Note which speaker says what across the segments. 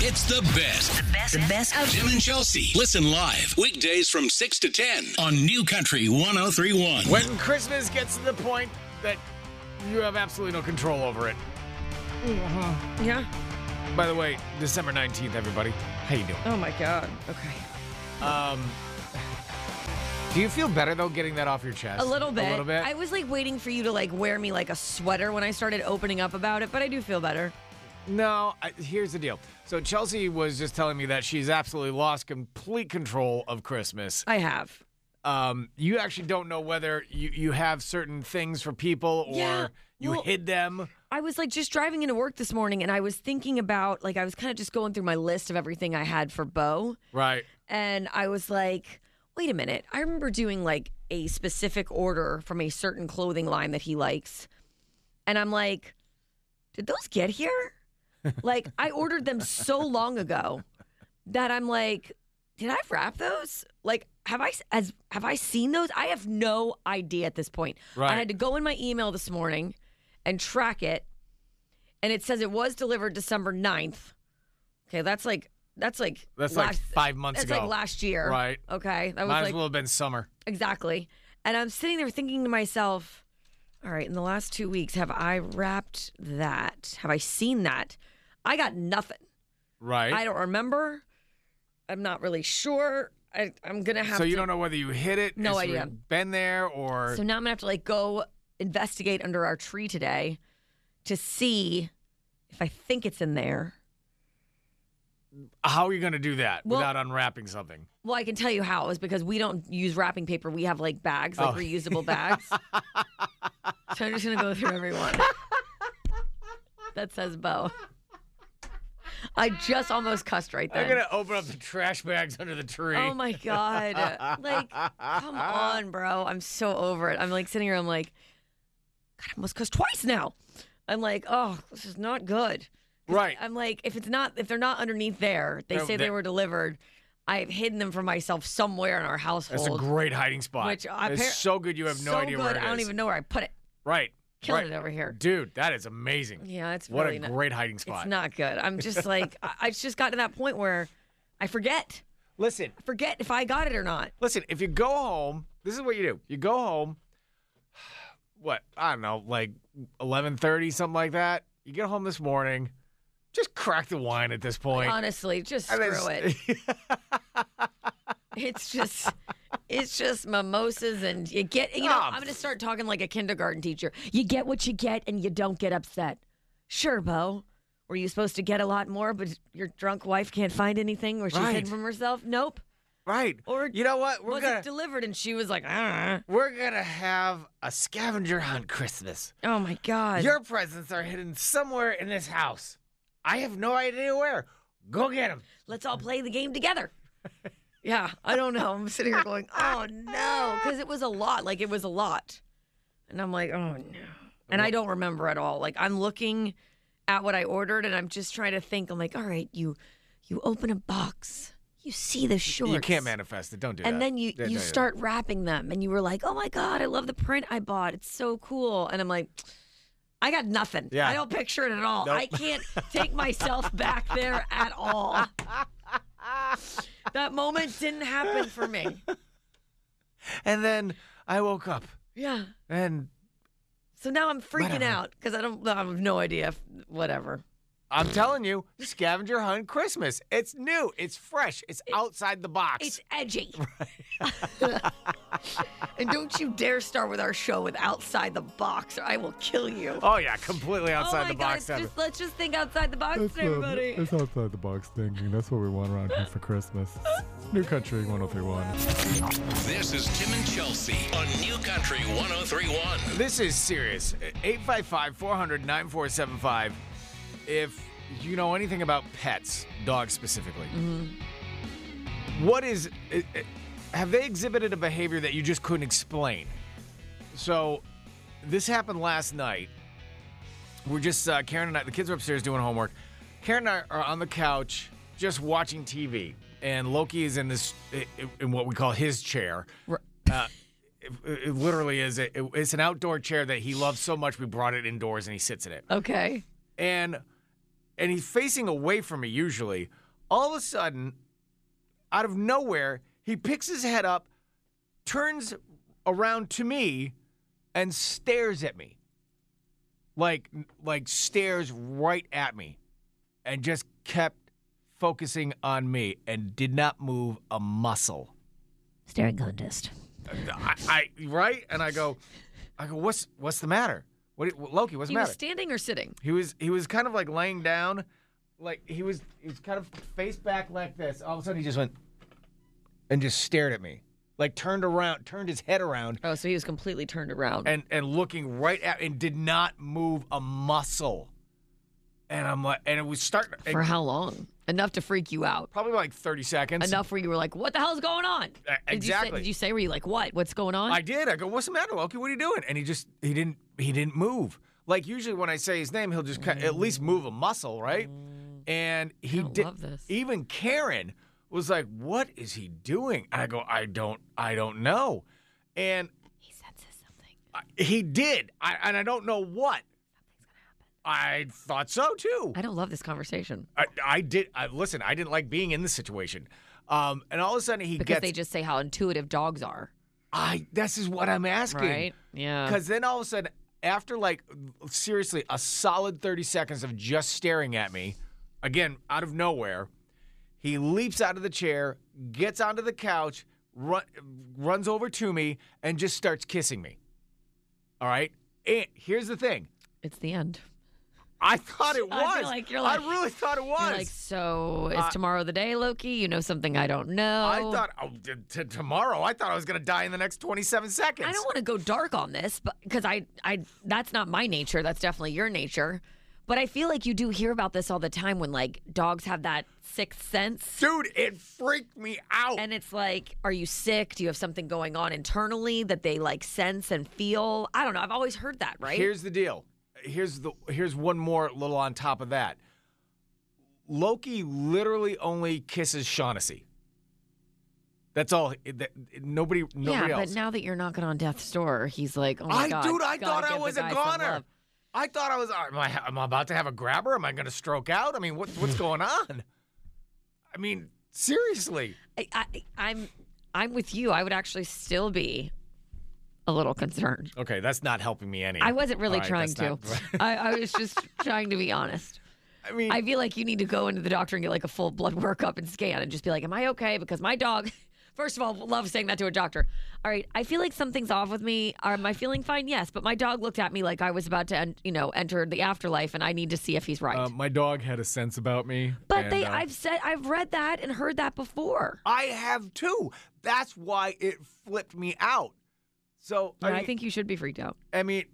Speaker 1: It's the best.
Speaker 2: The best, the best of
Speaker 1: Jim and Chelsea. Listen live weekdays from 6 to 10 on New Country 1031.
Speaker 3: When Christmas gets to the point that you have absolutely no control over it.
Speaker 4: Yeah.
Speaker 3: By the way, December 19th, everybody. How you doing?
Speaker 4: Oh my God. Okay.
Speaker 3: Um, do you feel better though getting that off your chest?
Speaker 4: A little bit.
Speaker 3: A little bit.
Speaker 4: I was like waiting for you to like wear me like a sweater when I started opening up about it, but I do feel better.
Speaker 3: No, I, here's the deal. So Chelsea was just telling me that she's absolutely lost complete control of Christmas.
Speaker 4: I have.
Speaker 3: Um, you actually don't know whether you, you have certain things for people or
Speaker 4: Yeah,
Speaker 3: you
Speaker 4: well-
Speaker 3: hid them.
Speaker 4: I was like just driving into work this morning and I was thinking about like I was kind of just going through my list of everything I had for Bo.
Speaker 3: Right.
Speaker 4: and I was like, wait a minute. I remember doing like a specific order from a certain clothing line that he likes. And I'm like, did those get here? like, I ordered them so long ago that I'm like, did I wrap those? Like, have I as have I seen those? I have no idea at this point. I
Speaker 3: Right.
Speaker 4: had to go in my email this morning and track it. And it says it was delivered December 9th. Okay, that's like that's like
Speaker 3: That's like
Speaker 4: last-
Speaker 3: five months
Speaker 4: that's
Speaker 3: ago.
Speaker 4: like last year.
Speaker 3: Right.
Speaker 4: Okay. That was
Speaker 3: Might as
Speaker 4: like
Speaker 3: well have been summer.
Speaker 4: exactly. And I'm sitting there thinking to myself, all right, in the last two weeks, have I wrapped that? Have I seen that? I got nothing.
Speaker 3: Right.
Speaker 4: I don't remember. I'm not really sure. I, I'm gonna have
Speaker 3: so
Speaker 4: to
Speaker 3: you don't know whether you hid it.
Speaker 4: No
Speaker 3: it's
Speaker 4: idea.
Speaker 3: Been there or
Speaker 4: So now I'm gonna have to like go investigate under our tree today to see if I think it's in there.
Speaker 3: how are you going to do that
Speaker 4: Well-
Speaker 3: without unwrapping something?
Speaker 4: Well, I can tell you how is because we don't use wrapping paper. We have like bags, like
Speaker 3: Oh.
Speaker 4: reusable bags. so I'm just gonna go through everyone. That says Bo. I just almost cussed right
Speaker 3: I'm
Speaker 4: there.
Speaker 3: going to open up the trash bags under the tree.
Speaker 4: Oh my god! Like, come on, bro. I'm so over it. I'm like sitting here. I'm like, God, I almost cussed twice now. I'm like, oh, this is not good.
Speaker 3: Right.
Speaker 4: I'm like, if it's not, if they're not underneath there, they
Speaker 3: No,
Speaker 4: say they
Speaker 3: that-
Speaker 4: were delivered. I've hidden them for myself somewhere in our
Speaker 3: That's a
Speaker 4: household.
Speaker 3: great hiding spot.
Speaker 4: Which I
Speaker 3: it's
Speaker 4: appar-
Speaker 3: so good you have no
Speaker 4: so
Speaker 3: idea
Speaker 4: good.
Speaker 3: where it is.
Speaker 4: I don't even know where I put it.
Speaker 3: Right.
Speaker 4: Killing
Speaker 3: right.
Speaker 4: it over here.
Speaker 3: Dude, that is amazing.
Speaker 4: Yeah, it's
Speaker 3: what
Speaker 4: really
Speaker 3: a
Speaker 4: not-
Speaker 3: great hiding
Speaker 4: It's
Speaker 3: spot.
Speaker 4: not good. I'm just like, I, I just got to that point where I forget,
Speaker 3: listen,
Speaker 4: forget if I got it or not.
Speaker 3: listen, if you go home, this is what you do. You go home, what, I don't know, like 11.30, something like that. You get home this morning, just crack the wine at this point.
Speaker 4: Honestly, just
Speaker 3: And
Speaker 4: screw it.
Speaker 3: it's-
Speaker 4: It's just, it's just mimosas and you get. You know,
Speaker 3: Ah,
Speaker 4: I'm gonna start talking like a kindergarten teacher. You get what you get, and you don't get upset. Sure, Bo. Were you supposed to get a lot more, but your drunk wife can't find anything, or she's
Speaker 3: Right.
Speaker 4: hidden from herself? Nope.
Speaker 3: right.
Speaker 4: Or
Speaker 3: you know what? We're
Speaker 4: was
Speaker 3: gonna
Speaker 4: it delivered? And she was like, ah.
Speaker 3: we're gonna have a scavenger hunt Christmas.
Speaker 4: Oh my god.
Speaker 3: Your presents are hidden somewhere in this house. I have no idea where. Go get them.
Speaker 4: let's all play the game together. Yeah, I don't know. I'm sitting here going, oh no, because it was a lot. Like it was a lot, and I'm like, oh no, and I don't remember at all. Like I'm looking at what I ordered, and I'm just trying to think. I'm like, all right, you you open a box, you see the shorts,
Speaker 3: You can't manifest it. Don't do that.
Speaker 4: and then
Speaker 3: Yeah,
Speaker 4: you you
Speaker 3: don't do that.
Speaker 4: start wrapping them, and you were like, oh my god, I love the print I bought. It's so cool, and I'm like. I got nothing.
Speaker 3: Yeah.
Speaker 4: I don't picture it at all.
Speaker 3: Nope.
Speaker 4: I can't take myself back there at all. That moment didn't happen for me.
Speaker 3: And then I woke up
Speaker 4: Yeah.
Speaker 3: and
Speaker 4: So now I'm freaking
Speaker 3: Whatever.
Speaker 4: out because I don't. I have no idea. If, whatever.
Speaker 3: I'm telling you, scavenger hunt Christmas. It's new. It's fresh. It's outside the box.
Speaker 4: It's edgy. and don't you dare start with our show with outside the box, or I will kill you.
Speaker 3: oh yeah, completely outside
Speaker 4: oh my
Speaker 3: the
Speaker 4: God!
Speaker 3: box.
Speaker 4: it's just- let's just think outside the box,
Speaker 5: That's, um,
Speaker 4: everybody.
Speaker 5: that's outside the box thinking. That's what we want around here for Christmas. New Country 1031.
Speaker 1: This is Jim and Chelsea on New Country 1031.
Speaker 3: This is serious. 855 400 9475. If you know anything about pets, dogs specifically, what is. i- i- Have they exhibited a behavior that you just couldn't explain? So, this happened last night. We're just, uh, Karen and I, the kids are upstairs doing homework. Karen and I are on the couch just watching TV, and Loki is in this, i- i- in what we call his chair it, it literally is. It, it's an outdoor chair that he loves so much. We brought it indoors and he sits in it.
Speaker 4: Okay.
Speaker 3: And and he's facing away from me usually. All of a sudden, out of nowhere, he picks his head up, turns around to me, and stares at me. Like like stares right at me and just kept focusing on me and did not move a muscle.
Speaker 4: Staring contest.
Speaker 3: I, I right? And I go, I go, what's what's the matter? What Loki, what's the
Speaker 4: He
Speaker 3: matter?
Speaker 4: was standing or sitting?
Speaker 3: He was he was kind of like laying down, like he was he was kind of face back like this. All of a sudden, he just went and just stared at me, like turned around, turned his head around,
Speaker 4: Oh, so he was completely turned around.
Speaker 3: and and looking right at and did not move a muscle. And I'm like, and it was starting it-
Speaker 4: For how long? Enough to freak you out.
Speaker 3: probably like 30 seconds.
Speaker 4: Enough where you were like, what the hell's going on?
Speaker 3: Uh,
Speaker 4: Did you say,
Speaker 3: exactly.
Speaker 4: did you say, were you like, what? What's going on?
Speaker 3: I did. I go, what's the matter, Loki? What are you doing? And he just he didn't he didn't move. Like usually when I say his name, he'll just kind at least move a muscle, right? And he
Speaker 4: kinda
Speaker 3: did.
Speaker 4: Mm. love this.
Speaker 3: Even Karen was like, "What is he doing?" And I go, "I don't, I don't know." And
Speaker 4: he senses something.
Speaker 3: I- he did, I, and I don't know what. I thought so too.
Speaker 4: I don't love this conversation
Speaker 3: I, I did. I, listen, I didn't like being in this situation. Um, and all of a sudden, he
Speaker 4: because
Speaker 3: gets.
Speaker 4: they just say how intuitive dogs are,
Speaker 3: I. This is what I'm asking.
Speaker 4: right? Yeah.
Speaker 3: Because then all of a sudden, after like seriously a solid 30 seconds of just staring at me, again, out of nowhere, he leaps out of the chair, gets onto the couch, run, runs over to me, and just starts kissing me. All right. And here's the thing
Speaker 4: it's the end.
Speaker 3: I thought it was.
Speaker 4: I feel like you're like-
Speaker 3: I really thought it was.
Speaker 4: You're like, so is
Speaker 3: Uh,
Speaker 4: tomorrow the day, Loki? You know something I don't know.
Speaker 3: I thought oh, t- t- tomorrow. I thought I was going to die in the next 27 seconds.
Speaker 4: I don't want to go dark on this, but because I, I, that's not my nature. That's definitely your nature. But I feel like you do hear about this all the time when like dogs have that sixth sense,
Speaker 3: Dude, it freaked me out.
Speaker 4: and it's like, are you sick? Do you have something going on internally that they like sense and feel? I don't know. I've always heard that, right?
Speaker 3: Here's the deal. Here's the here's one more little on top of that. Loki literally only kisses Shaughnessy. That's all. that- nobody,
Speaker 4: yeah,
Speaker 3: nobody else.
Speaker 4: but now that you're knocking on death's door, he's like, oh my
Speaker 3: I
Speaker 4: god,
Speaker 3: dude, I
Speaker 4: gotta
Speaker 3: thought
Speaker 4: give
Speaker 3: I
Speaker 4: the
Speaker 3: was a
Speaker 4: guy some
Speaker 3: goner.
Speaker 4: love.
Speaker 3: I thought I was. uh, Am I, am I about to have a grabber? Am I going to stroke out? I mean, what, what's going on? I mean, seriously.
Speaker 4: I, I, I'm, I'm with you. I would actually still be a little concerned.
Speaker 3: Okay, that's not helping me any.
Speaker 4: I wasn't really
Speaker 3: All right,
Speaker 4: trying
Speaker 3: that's
Speaker 4: to.
Speaker 3: not-
Speaker 4: I, I was just trying to be honest.
Speaker 3: I mean,
Speaker 4: I feel like you need to go into the doctor and get like a full blood workup and scan and just be like, Am I okay? Because my dog, first of all, love saying that to a doctor. All right, I feel like something's off with me. Am I feeling fine? Yes, but my dog looked at me like I was about to, en- you know, enter the afterlife and I need to see if he's right.
Speaker 3: Um,
Speaker 5: Uh, my dog had a sense about me.
Speaker 4: but
Speaker 5: and,
Speaker 4: they,
Speaker 5: uh,
Speaker 4: I've said, I've read that and heard that before.
Speaker 3: I have too. That's why it flipped me out. So
Speaker 4: I,
Speaker 3: I, mean,
Speaker 4: I think you should be freaked out.
Speaker 3: I mean,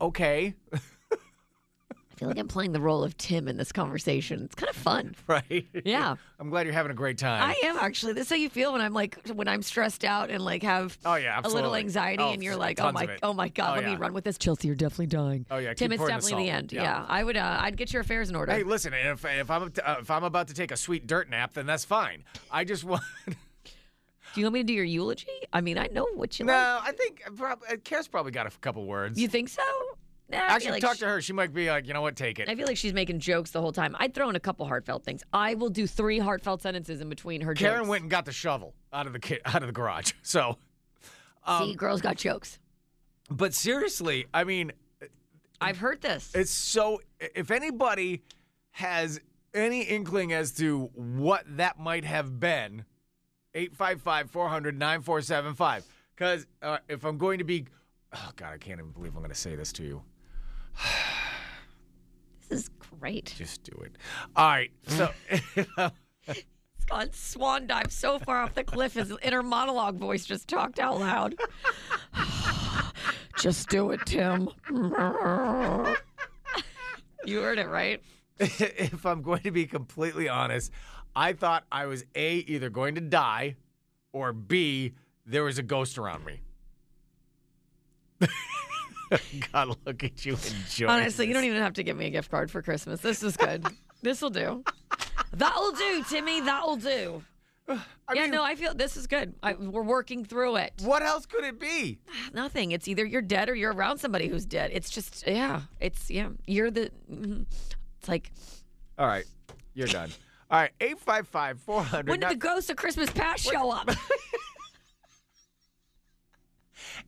Speaker 3: okay,
Speaker 4: I feel like I'm playing the role of Tim in this conversation. It's kind of fun.
Speaker 3: right?
Speaker 4: Yeah.
Speaker 3: I'm glad you're having a great time.
Speaker 4: I am actually. This is how you feel when I'm like when I'm stressed out and like have
Speaker 3: Oh, yeah,
Speaker 4: a little
Speaker 3: absolutely.
Speaker 4: anxiety
Speaker 3: Oh,
Speaker 4: and you're
Speaker 3: f-
Speaker 4: like, oh
Speaker 3: tons
Speaker 4: my,
Speaker 3: of it.
Speaker 4: oh my god,
Speaker 3: Oh,
Speaker 4: let me
Speaker 3: yeah.
Speaker 4: run with this. Chelsea, you're definitely dying.
Speaker 3: Oh, yeah,
Speaker 4: Tim,
Speaker 3: keep
Speaker 4: it's
Speaker 3: pouring the
Speaker 4: definitely the,
Speaker 3: salt.
Speaker 4: end. Yeah.
Speaker 3: Yeah.
Speaker 4: I would. Uh, I'd get your affairs in order.
Speaker 3: hey, listen, if, if I'm uh, if I'm about to take a sweet dirt nap, then that's fine. I just want.
Speaker 4: do you want me to do your eulogy? I mean, I know what you like.
Speaker 3: no, I think prob- uh, Kara's probably got a f- couple words.
Speaker 4: You think so? Nah, I feel
Speaker 3: Actually,
Speaker 4: like
Speaker 3: talk
Speaker 4: she-
Speaker 3: to her. She might be like, you know what, take it.
Speaker 4: I feel like she's making jokes the whole time. I'd throw in a couple heartfelt things. I will do three heartfelt sentences in between her.
Speaker 3: Karen
Speaker 4: jokes.
Speaker 3: went and got the shovel out of the ki- out of the garage. So, um,
Speaker 4: See, girls got jokes.
Speaker 3: but seriously, I mean,
Speaker 4: I've heard this.
Speaker 3: It's so. If anybody has any inkling as to what that might have been, 855 400 9475. Because uh, if I'm going to be. Oh, God, I can't even believe I'm going to say this to you.
Speaker 4: this is great.
Speaker 3: Just do it. All right. So,
Speaker 4: It's gone swan dive so far off the cliff. His inner monologue voice just talked out loud. just do it, Tim. you heard it right.
Speaker 3: if I'm going to be completely honest, I thought I was A, either going to die, or B, there was a ghost around me. God, look at you enjoying.
Speaker 4: Honestly, you
Speaker 3: this.
Speaker 4: don't even have to give me a gift card for Christmas. This is good. this will do. That'll do, Timmy. That'll do. yeah, no, I feel this is good. I, we're working through it.
Speaker 3: What else could it be?
Speaker 4: Nothing. It's either you're dead or you're around somebody who's dead. mm-hmm. It's just, yeah. It's, yeah. You're the, mhm. it's like,
Speaker 3: All right. You're done. All right. 855 400.
Speaker 4: When did the ghost of Christmas past show up?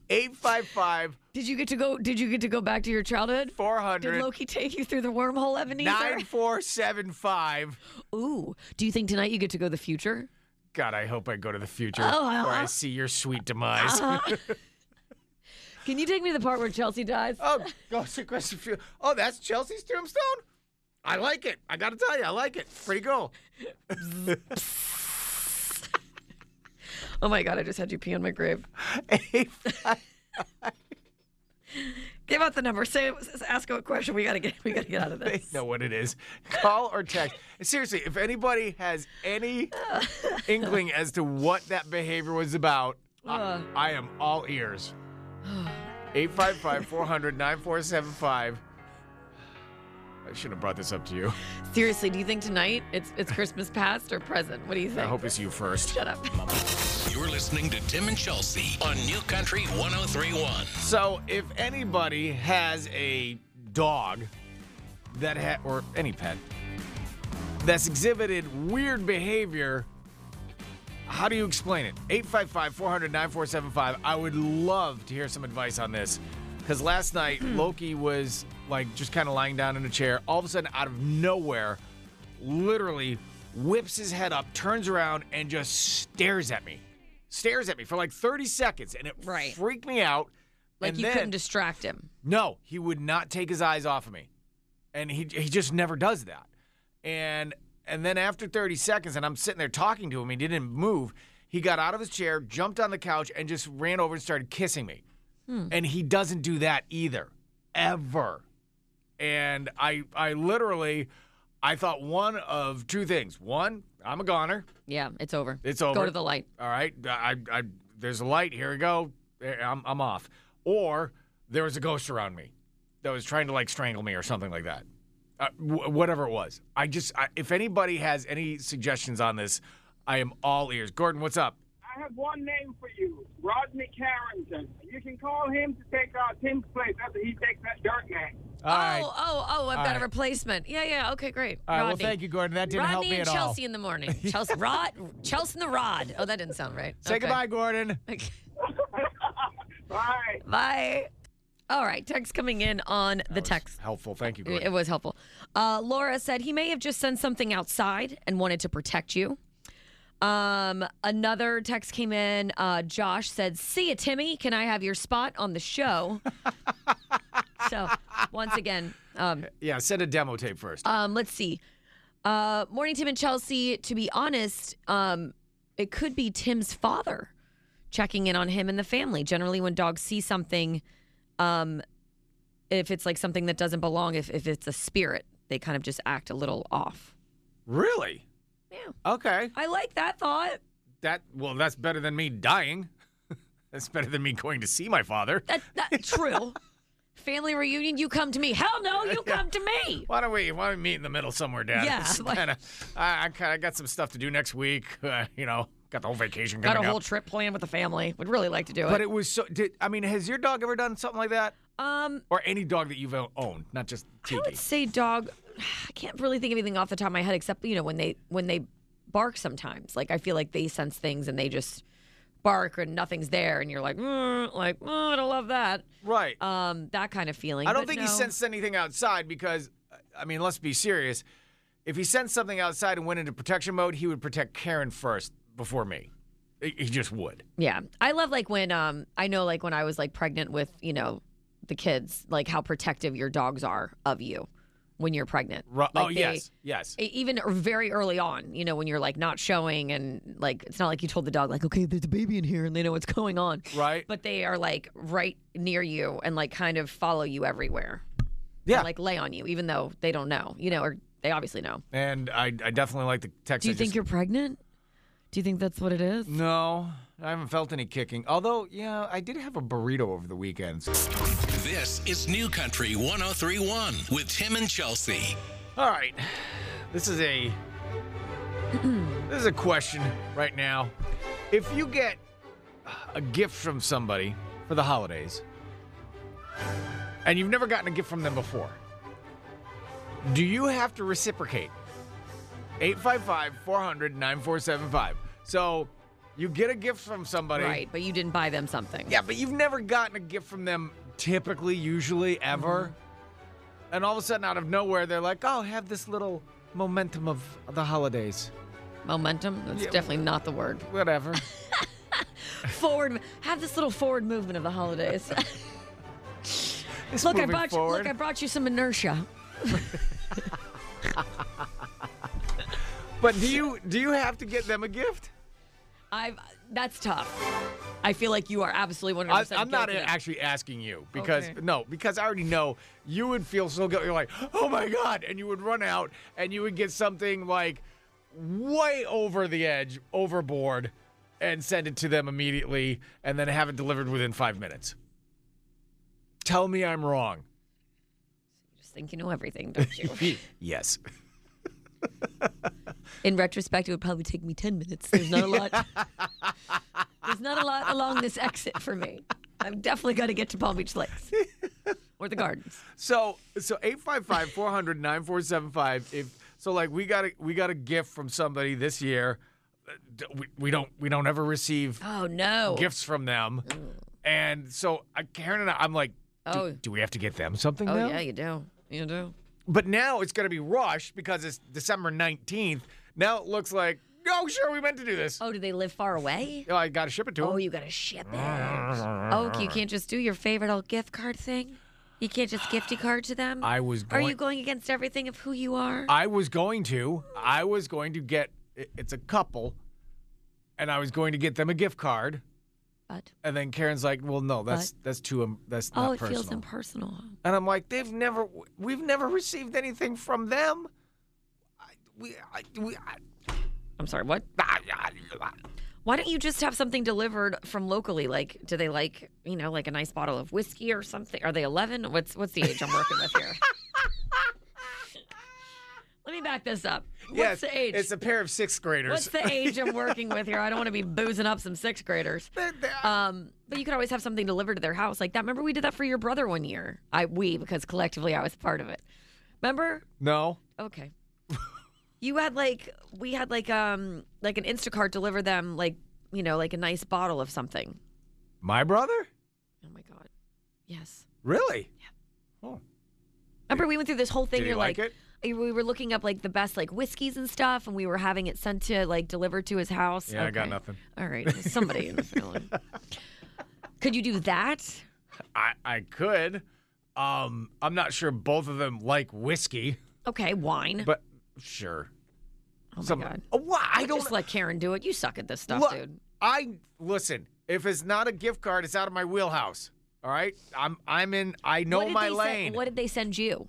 Speaker 3: 855
Speaker 4: did you get to go? Did you get to go back to your childhood? Did
Speaker 3: 400
Speaker 4: Loki take you through the wormhole, Ebenezer?
Speaker 3: 9475.
Speaker 4: Ooh. Do you think tonight you get to go to the future?
Speaker 3: God, I hope I go to the future
Speaker 4: Oh,
Speaker 3: where I
Speaker 4: uh-huh.
Speaker 3: see your sweet demise.
Speaker 4: Can you take me to the part where Chelsea dies?
Speaker 3: oh, Ghost of Christmas Future. Oh, that's Chelsea's tombstone? I like it. I got to tell you, I like it. Pretty cool.
Speaker 4: Oh my god! I just had you pee on my grave. Give out the number. Say, ask a question. We gotta get. We gotta get out of
Speaker 3: they
Speaker 4: this.
Speaker 3: know what it is. Call or text. Seriously, if anybody has any inkling as to what that behavior was about, I, I am all ears. 855 400 9475. I should have brought this up to you.
Speaker 4: Seriously, do you think tonight it's it's Christmas past or present? What do you
Speaker 3: I
Speaker 4: think?
Speaker 3: hope it's you first.
Speaker 4: Shut up.
Speaker 1: You're listening to Tim and Chelsea on New Country 1031.
Speaker 3: So, if anybody has a dog that ha- or any pet that's exhibited weird behavior, how do you explain it? 855 400 9475. I would love to hear some advice on this because last night Loki was like just kind of lying down in a chair. All of a sudden, out of nowhere, literally whips his head up, turns around, and just stares at me. Stares at me for like 30 seconds, and it
Speaker 4: Right.
Speaker 3: freaked me out.
Speaker 4: Like
Speaker 3: And
Speaker 4: you
Speaker 3: then-
Speaker 4: couldn't distract him.
Speaker 3: no, he would not take his eyes off of me. And he he just never does that. And and then after 30 seconds and I'm sitting there talking to him, he didn't move. He got out of his chair, jumped on the couch and just ran over and started kissing me.
Speaker 4: Hmm.
Speaker 3: And he doesn't do that either ever. And I I literally I thought one of two things. One, I'm a goner.
Speaker 4: Yeah, it's over.
Speaker 3: It's over.
Speaker 4: Go to the light.
Speaker 3: All right, I, I, there's a light. Here we go. Eh, I'm, I'm off. Or there was a ghost around me that was trying to like strangle me or something like that. Uh, w- whatever it was, I just I, if anybody has any suggestions on this, I am all ears. Gordon, what's up?
Speaker 2: I have one name for you, Rodney Carrington. You can call him to take uh, Tim's place after he takes that dirt name.
Speaker 3: All right,
Speaker 4: Oh, oh, oh! I've got
Speaker 3: right.
Speaker 4: a replacement. Yeah, yeah. Okay, great.
Speaker 3: all right. Well,
Speaker 4: Rodney.
Speaker 3: thank you, Gordon. That didn't
Speaker 4: Rodney
Speaker 3: help me
Speaker 4: and
Speaker 3: at
Speaker 4: Chelsea
Speaker 3: all.
Speaker 4: in the morning. Chelsea Rod, Chelsea and the Rod. Oh, that didn't sound right.
Speaker 3: Say
Speaker 4: Okay.
Speaker 3: goodbye, Gordon.
Speaker 2: Bye.
Speaker 4: Bye. All right, text coming in on the text.
Speaker 3: Helpful. Thank you,
Speaker 4: It
Speaker 3: Gordon.
Speaker 4: was helpful. Uh, Laura said he may have just sent something outside and wanted to protect you. Um, another text came in. Uh, Josh said, "See ya, Timmy. Can I have your spot on the show?" so once again, um,
Speaker 3: yeah, send a demo tape first.
Speaker 4: um, let's see. Uh, Morning Tim and Chelsea. To be honest, um, it could be Tim's father checking in on him and the family. Generally, when dogs see something, um, if it's like something that doesn't belong, if if it's a spirit, they kind of just act a little off.
Speaker 3: really?
Speaker 4: Yeah,
Speaker 3: Okay.
Speaker 4: I like that thought.
Speaker 3: That well, that's better than me dying. that's better than me going to see my father.
Speaker 4: That that true. Family reunion, you come to me. Hell no, you come to me.
Speaker 3: Why don't we why don't we meet in the middle somewhere, Dad?
Speaker 4: Yeah,
Speaker 3: It's
Speaker 4: like-
Speaker 3: kinda- I, I kind of got some stuff to do next week. Uh, you know, got the whole vacation coming
Speaker 4: Got a whole
Speaker 3: up.
Speaker 4: trip planned with the family. Would really like to do
Speaker 3: but
Speaker 4: it.
Speaker 3: it was so. Did I mean? Has your dog ever done something like that,
Speaker 4: Um,
Speaker 3: or any dog that you've o- owned, not just
Speaker 4: I
Speaker 3: Tiki?
Speaker 4: would say dog. I can't really think of anything off the top of my head except you know when they when they bark sometimes. Like I feel like they sense things and they just bark and nothing's there and you're like mm, like mm, I don't love that.
Speaker 3: Right.
Speaker 4: Um, that kind of feeling.
Speaker 3: I don't
Speaker 4: But
Speaker 3: think he
Speaker 4: no.
Speaker 3: sensed anything outside because, uh, I mean, let's be serious. If he sensed something outside and went into protection mode, he would protect Karen first before me. He he just would.
Speaker 4: Yeah, I love like when um I know like when I was like pregnant with you know the kids like how protective your dogs are of you when you're pregnant.
Speaker 3: Ru-
Speaker 4: Like
Speaker 3: oh
Speaker 4: they-
Speaker 3: yes, yes.
Speaker 4: e- even very early on, you know, when you're like not showing and like it's not like you told the dog like, okay, there's a baby in here and they know what's going on,
Speaker 3: Right.
Speaker 4: But they are like right near you and like kind of follow you everywhere,
Speaker 3: Yeah.
Speaker 4: and, like lay on you, even though they don't know, you know, or they obviously know.
Speaker 3: and I, I definitely like the text.
Speaker 4: Do you
Speaker 3: I
Speaker 4: think
Speaker 3: just-
Speaker 4: you're pregnant? Do you think that's what it is?
Speaker 3: No, I haven't felt any kicking. Although, yeah, I did have a burrito over the weekend.
Speaker 1: This is New Country 1031 with Tim and Chelsea.
Speaker 3: All right. This is a This is a question right now. If you get a gift from somebody for the holidays and you've never gotten a gift from them before, Do you have to reciprocate? 855 400 9475. So you get a gift from somebody.
Speaker 4: Right, but you didn't buy them something.
Speaker 3: Yeah, but you've never gotten a gift from them typically, usually, ever.
Speaker 4: Mm-hmm.
Speaker 3: And all of a sudden, out of nowhere, they're like, oh, have this little momentum of the holidays.
Speaker 4: Momentum, that's
Speaker 3: Yeah,
Speaker 4: definitely not the word.
Speaker 3: Whatever.
Speaker 4: Forward, have this little forward movement of the holidays.
Speaker 3: It's
Speaker 4: look, I
Speaker 3: moving
Speaker 4: brought you,
Speaker 3: forward.
Speaker 4: look, I brought you some inertia.
Speaker 3: But do you do you have to get them a gift?
Speaker 4: I've that's tough. I feel like you are absolutely 100%
Speaker 3: I, I'm not
Speaker 4: guilty of-
Speaker 3: actually asking you because
Speaker 4: Okay.
Speaker 3: no, because I already know you would feel so guilty. You're like, oh my god, and you would run out and you would get something like way over the edge, overboard, and send it to them immediately, and then have it delivered within five minutes. Tell me I'm wrong.
Speaker 4: just think you know everything, don't you?
Speaker 3: yes.
Speaker 4: In retrospect, it would probably take me 10 minutes. There's not a lot. there's not a lot along this exit for me. I've definitely got to get to Palm Beach Lakes or the gardens.
Speaker 3: So so 855 400 9475 if so like we got a we got a gift from somebody this year Uh, d- we, we don't we don't ever receive
Speaker 4: Oh, no.
Speaker 3: gifts from them and so I, Karen and I I'm like do,
Speaker 4: Oh.
Speaker 3: do we have to get them something
Speaker 4: oh,
Speaker 3: now
Speaker 4: yeah, you do. You do.
Speaker 3: but now it's going to be rushed because it's December 19th now it looks like oh sure we meant to do this
Speaker 4: Oh, do they live far away?
Speaker 3: oh, I got to ship it to
Speaker 4: Oh,
Speaker 3: them
Speaker 4: you got to ship it. Oh, you can't just do your favorite old gift card thing? You can't just gifty card to them?
Speaker 3: I was
Speaker 4: Are
Speaker 3: going
Speaker 4: you going against everything of who you are?
Speaker 3: I was going to. I was going to get. it- It's a couple, and I was going to get them a gift card.
Speaker 4: But,
Speaker 3: And then Karen's like, "Well, no, that's
Speaker 4: What?
Speaker 3: that's too. im- That's not
Speaker 4: oh, it
Speaker 3: personal."
Speaker 4: feels impersonal.
Speaker 3: and I'm like, "They've never. We've never received anything from them. I, we. I, we. I,
Speaker 4: I'm sorry, what?
Speaker 3: I, I, I,
Speaker 4: Why don't you just have something delivered from locally? Like, do they like, you know, like a nice bottle of whiskey or something? Are they 11? What's what's the age I'm working with here? Let me back this up. What's
Speaker 3: Yes,
Speaker 4: the age?
Speaker 3: It's a pair of sixth graders.
Speaker 4: what's the age I'm working with here? I don't want to be boozing up some sixth graders.
Speaker 3: They're- they're-
Speaker 4: Um, but you could always have something delivered to their house like that. Remember we did that for your brother one year. I we because collectively I was part of it. Remember?
Speaker 3: no.
Speaker 4: Okay. you had like we had like um like an Instacart deliver them like you know like a nice bottle of something.
Speaker 3: My brother.
Speaker 4: Oh my god. Yes.
Speaker 3: Really?
Speaker 4: Remember we went through this whole thing.
Speaker 3: Did he
Speaker 4: you're
Speaker 3: like
Speaker 4: like, eh, we were looking up like the best like whiskeys and stuff, and we were having it sent to like delivered to his house.
Speaker 3: Yeah, I got
Speaker 4: Okay.
Speaker 3: nothing.
Speaker 4: All right, there's somebody in the family. Could you do that?
Speaker 3: I I could. Um, I'm not sure both of them like whiskey,
Speaker 4: Okay, wine.
Speaker 3: but sure.
Speaker 4: oh my
Speaker 3: Some-
Speaker 4: god.
Speaker 3: Oh, why? I don't
Speaker 4: Just let Karen do it. You suck at this stuff,
Speaker 3: Look,
Speaker 4: dude.
Speaker 3: I listen. If it's not a gift card, it's out of my wheelhouse. All right, I'm I'm in. I know
Speaker 4: What did
Speaker 3: my
Speaker 4: they send-
Speaker 3: lane.
Speaker 4: what did they send you?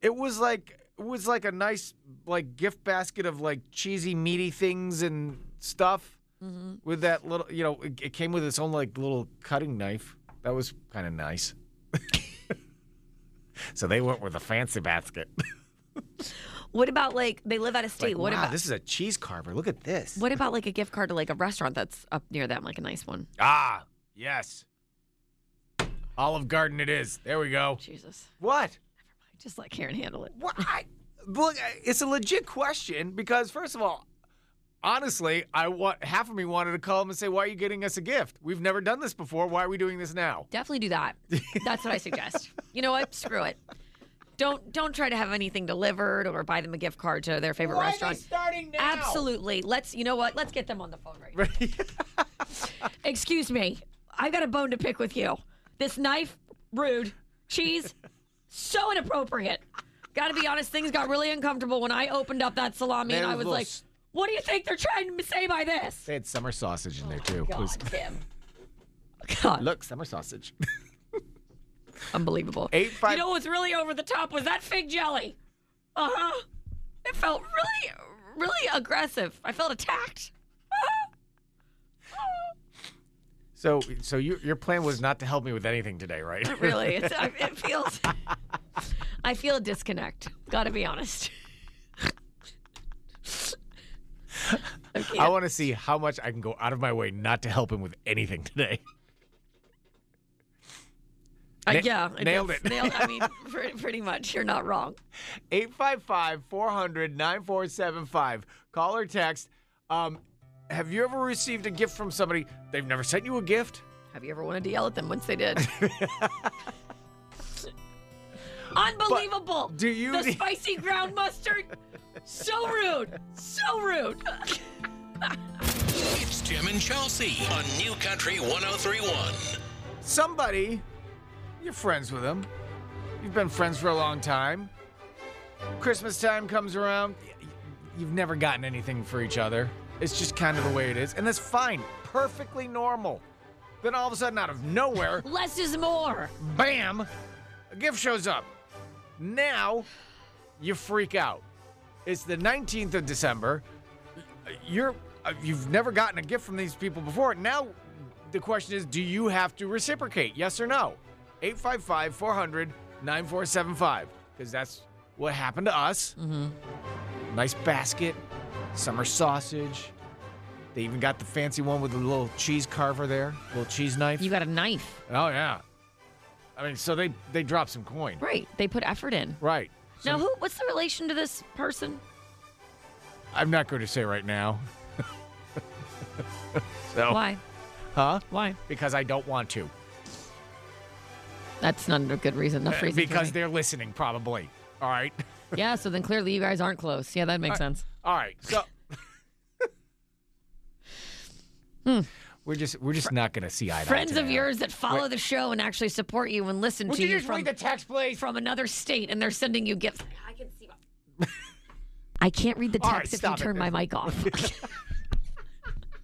Speaker 3: It was like it was like a nice like gift basket of like cheesy meaty things and stuff.
Speaker 4: Mm-hmm.
Speaker 3: With that little, you know, it, it came with its own like little cutting knife. That was kind of nice. so they went with a fancy basket.
Speaker 4: What about like they live out of state?
Speaker 3: Like,
Speaker 4: what
Speaker 3: wow,
Speaker 4: about
Speaker 3: this is a cheese carver. Look at this.
Speaker 4: What about like a gift card to like a restaurant that's up near them, like a nice one?
Speaker 3: Ah, yes. Olive Garden, it is. There we go.
Speaker 4: Jesus.
Speaker 3: What?
Speaker 4: Just let Karen handle it.
Speaker 3: What? I, look, it's a legit question because first of all, honestly, I want half of me wanted to call him and say, "Why are you getting us a gift? We've never done this before. Why are we doing this now?"
Speaker 4: Definitely do that. That's what I suggest. You know what? Screw it. Don't don't try to have anything delivered or buy them a gift card to their favorite restaurant.
Speaker 3: starting now?
Speaker 4: Absolutely. Let's you know what? Let's get them on the phone right now. Excuse me. I've got a bone to pick with you. This knife, rude. Cheese, so inappropriate. Gotta be honest, things got really uncomfortable when I opened up that salami
Speaker 3: Man,
Speaker 4: and
Speaker 3: it
Speaker 4: I
Speaker 3: was
Speaker 4: was
Speaker 3: little
Speaker 4: like,
Speaker 3: s-
Speaker 4: what do you think they're trying to say by this?
Speaker 3: They had summer sausage in there too. Please.
Speaker 4: God, Tim. God,
Speaker 3: Look, summer sausage.
Speaker 4: unbelievable.
Speaker 3: Eight five.
Speaker 4: You know what's really over the top was that fig jelly. Uh huh. It felt really, really aggressive. I felt attacked.
Speaker 3: so, so you, your plan was not to help me with anything today, right?
Speaker 4: Really, it's, I- it feels. I feel a disconnect. Got to be honest. Okay.
Speaker 3: I want to see how much I can go out of my way not to help him with anything today.
Speaker 4: Uh,
Speaker 3: Na-
Speaker 4: yeah, I
Speaker 3: nailed
Speaker 4: guess.
Speaker 3: it.
Speaker 4: Nailed. I mean, pretty, pretty much. You're not wrong.
Speaker 3: 855 400 9475. Call or text. Um, have you ever received a gift from somebody? They've never sent you a gift?
Speaker 4: Have you ever wanted to yell at them once they did? Unbelievable.
Speaker 3: do you
Speaker 4: The
Speaker 3: need-
Speaker 4: spicy ground mustard. So rude. So rude.
Speaker 1: It's Tim and Chelsea on New Country 1031.
Speaker 3: Somebody, you're friends with them, you've been friends for a long time. Christmas time comes around, y- you've never gotten anything for each other. It's just kind of the way it is. And that's fine, perfectly normal. Then all of a sudden, out of nowhere,
Speaker 4: Less is more.
Speaker 3: bam, a gift shows up. Now you freak out. It's the 19th of December. You're uh, you've never gotten a gift from these people before. Now the question is do you have to reciprocate? Yes or no? 855 400 9475 because that's what happened to us. Nice basket, summer sausage. They even got the fancy one with the little cheese carver there, little cheese knife.
Speaker 4: You got a knife.
Speaker 3: Oh yeah. I mean, so they they dropped some coin,
Speaker 4: Right. They put effort in.
Speaker 3: right?
Speaker 4: Now, who? what's the relation to this person?
Speaker 3: I'm not going to say right now. so,
Speaker 4: Why?
Speaker 3: huh?
Speaker 4: Why?
Speaker 3: Because I don't want to.
Speaker 4: That's not a good reason. Enough reason. for
Speaker 3: because
Speaker 4: me.
Speaker 3: they're listening, probably. All right.
Speaker 4: Yeah, so then clearly you guys aren't close. Yeah, that makes sense.
Speaker 3: All right. So. We're just we're just not going to see eye to eye
Speaker 4: Hmm. Friends
Speaker 3: today.
Speaker 4: of yours that follow the show and actually support you and listen
Speaker 3: Would
Speaker 4: to
Speaker 3: you
Speaker 4: you,
Speaker 3: just
Speaker 4: from,
Speaker 3: read the text, please?
Speaker 4: from another state and they're sending you gifts. I can see. what- I can't read the
Speaker 3: All
Speaker 4: text
Speaker 3: right,
Speaker 4: if you
Speaker 3: stop it.
Speaker 4: turn my mic off.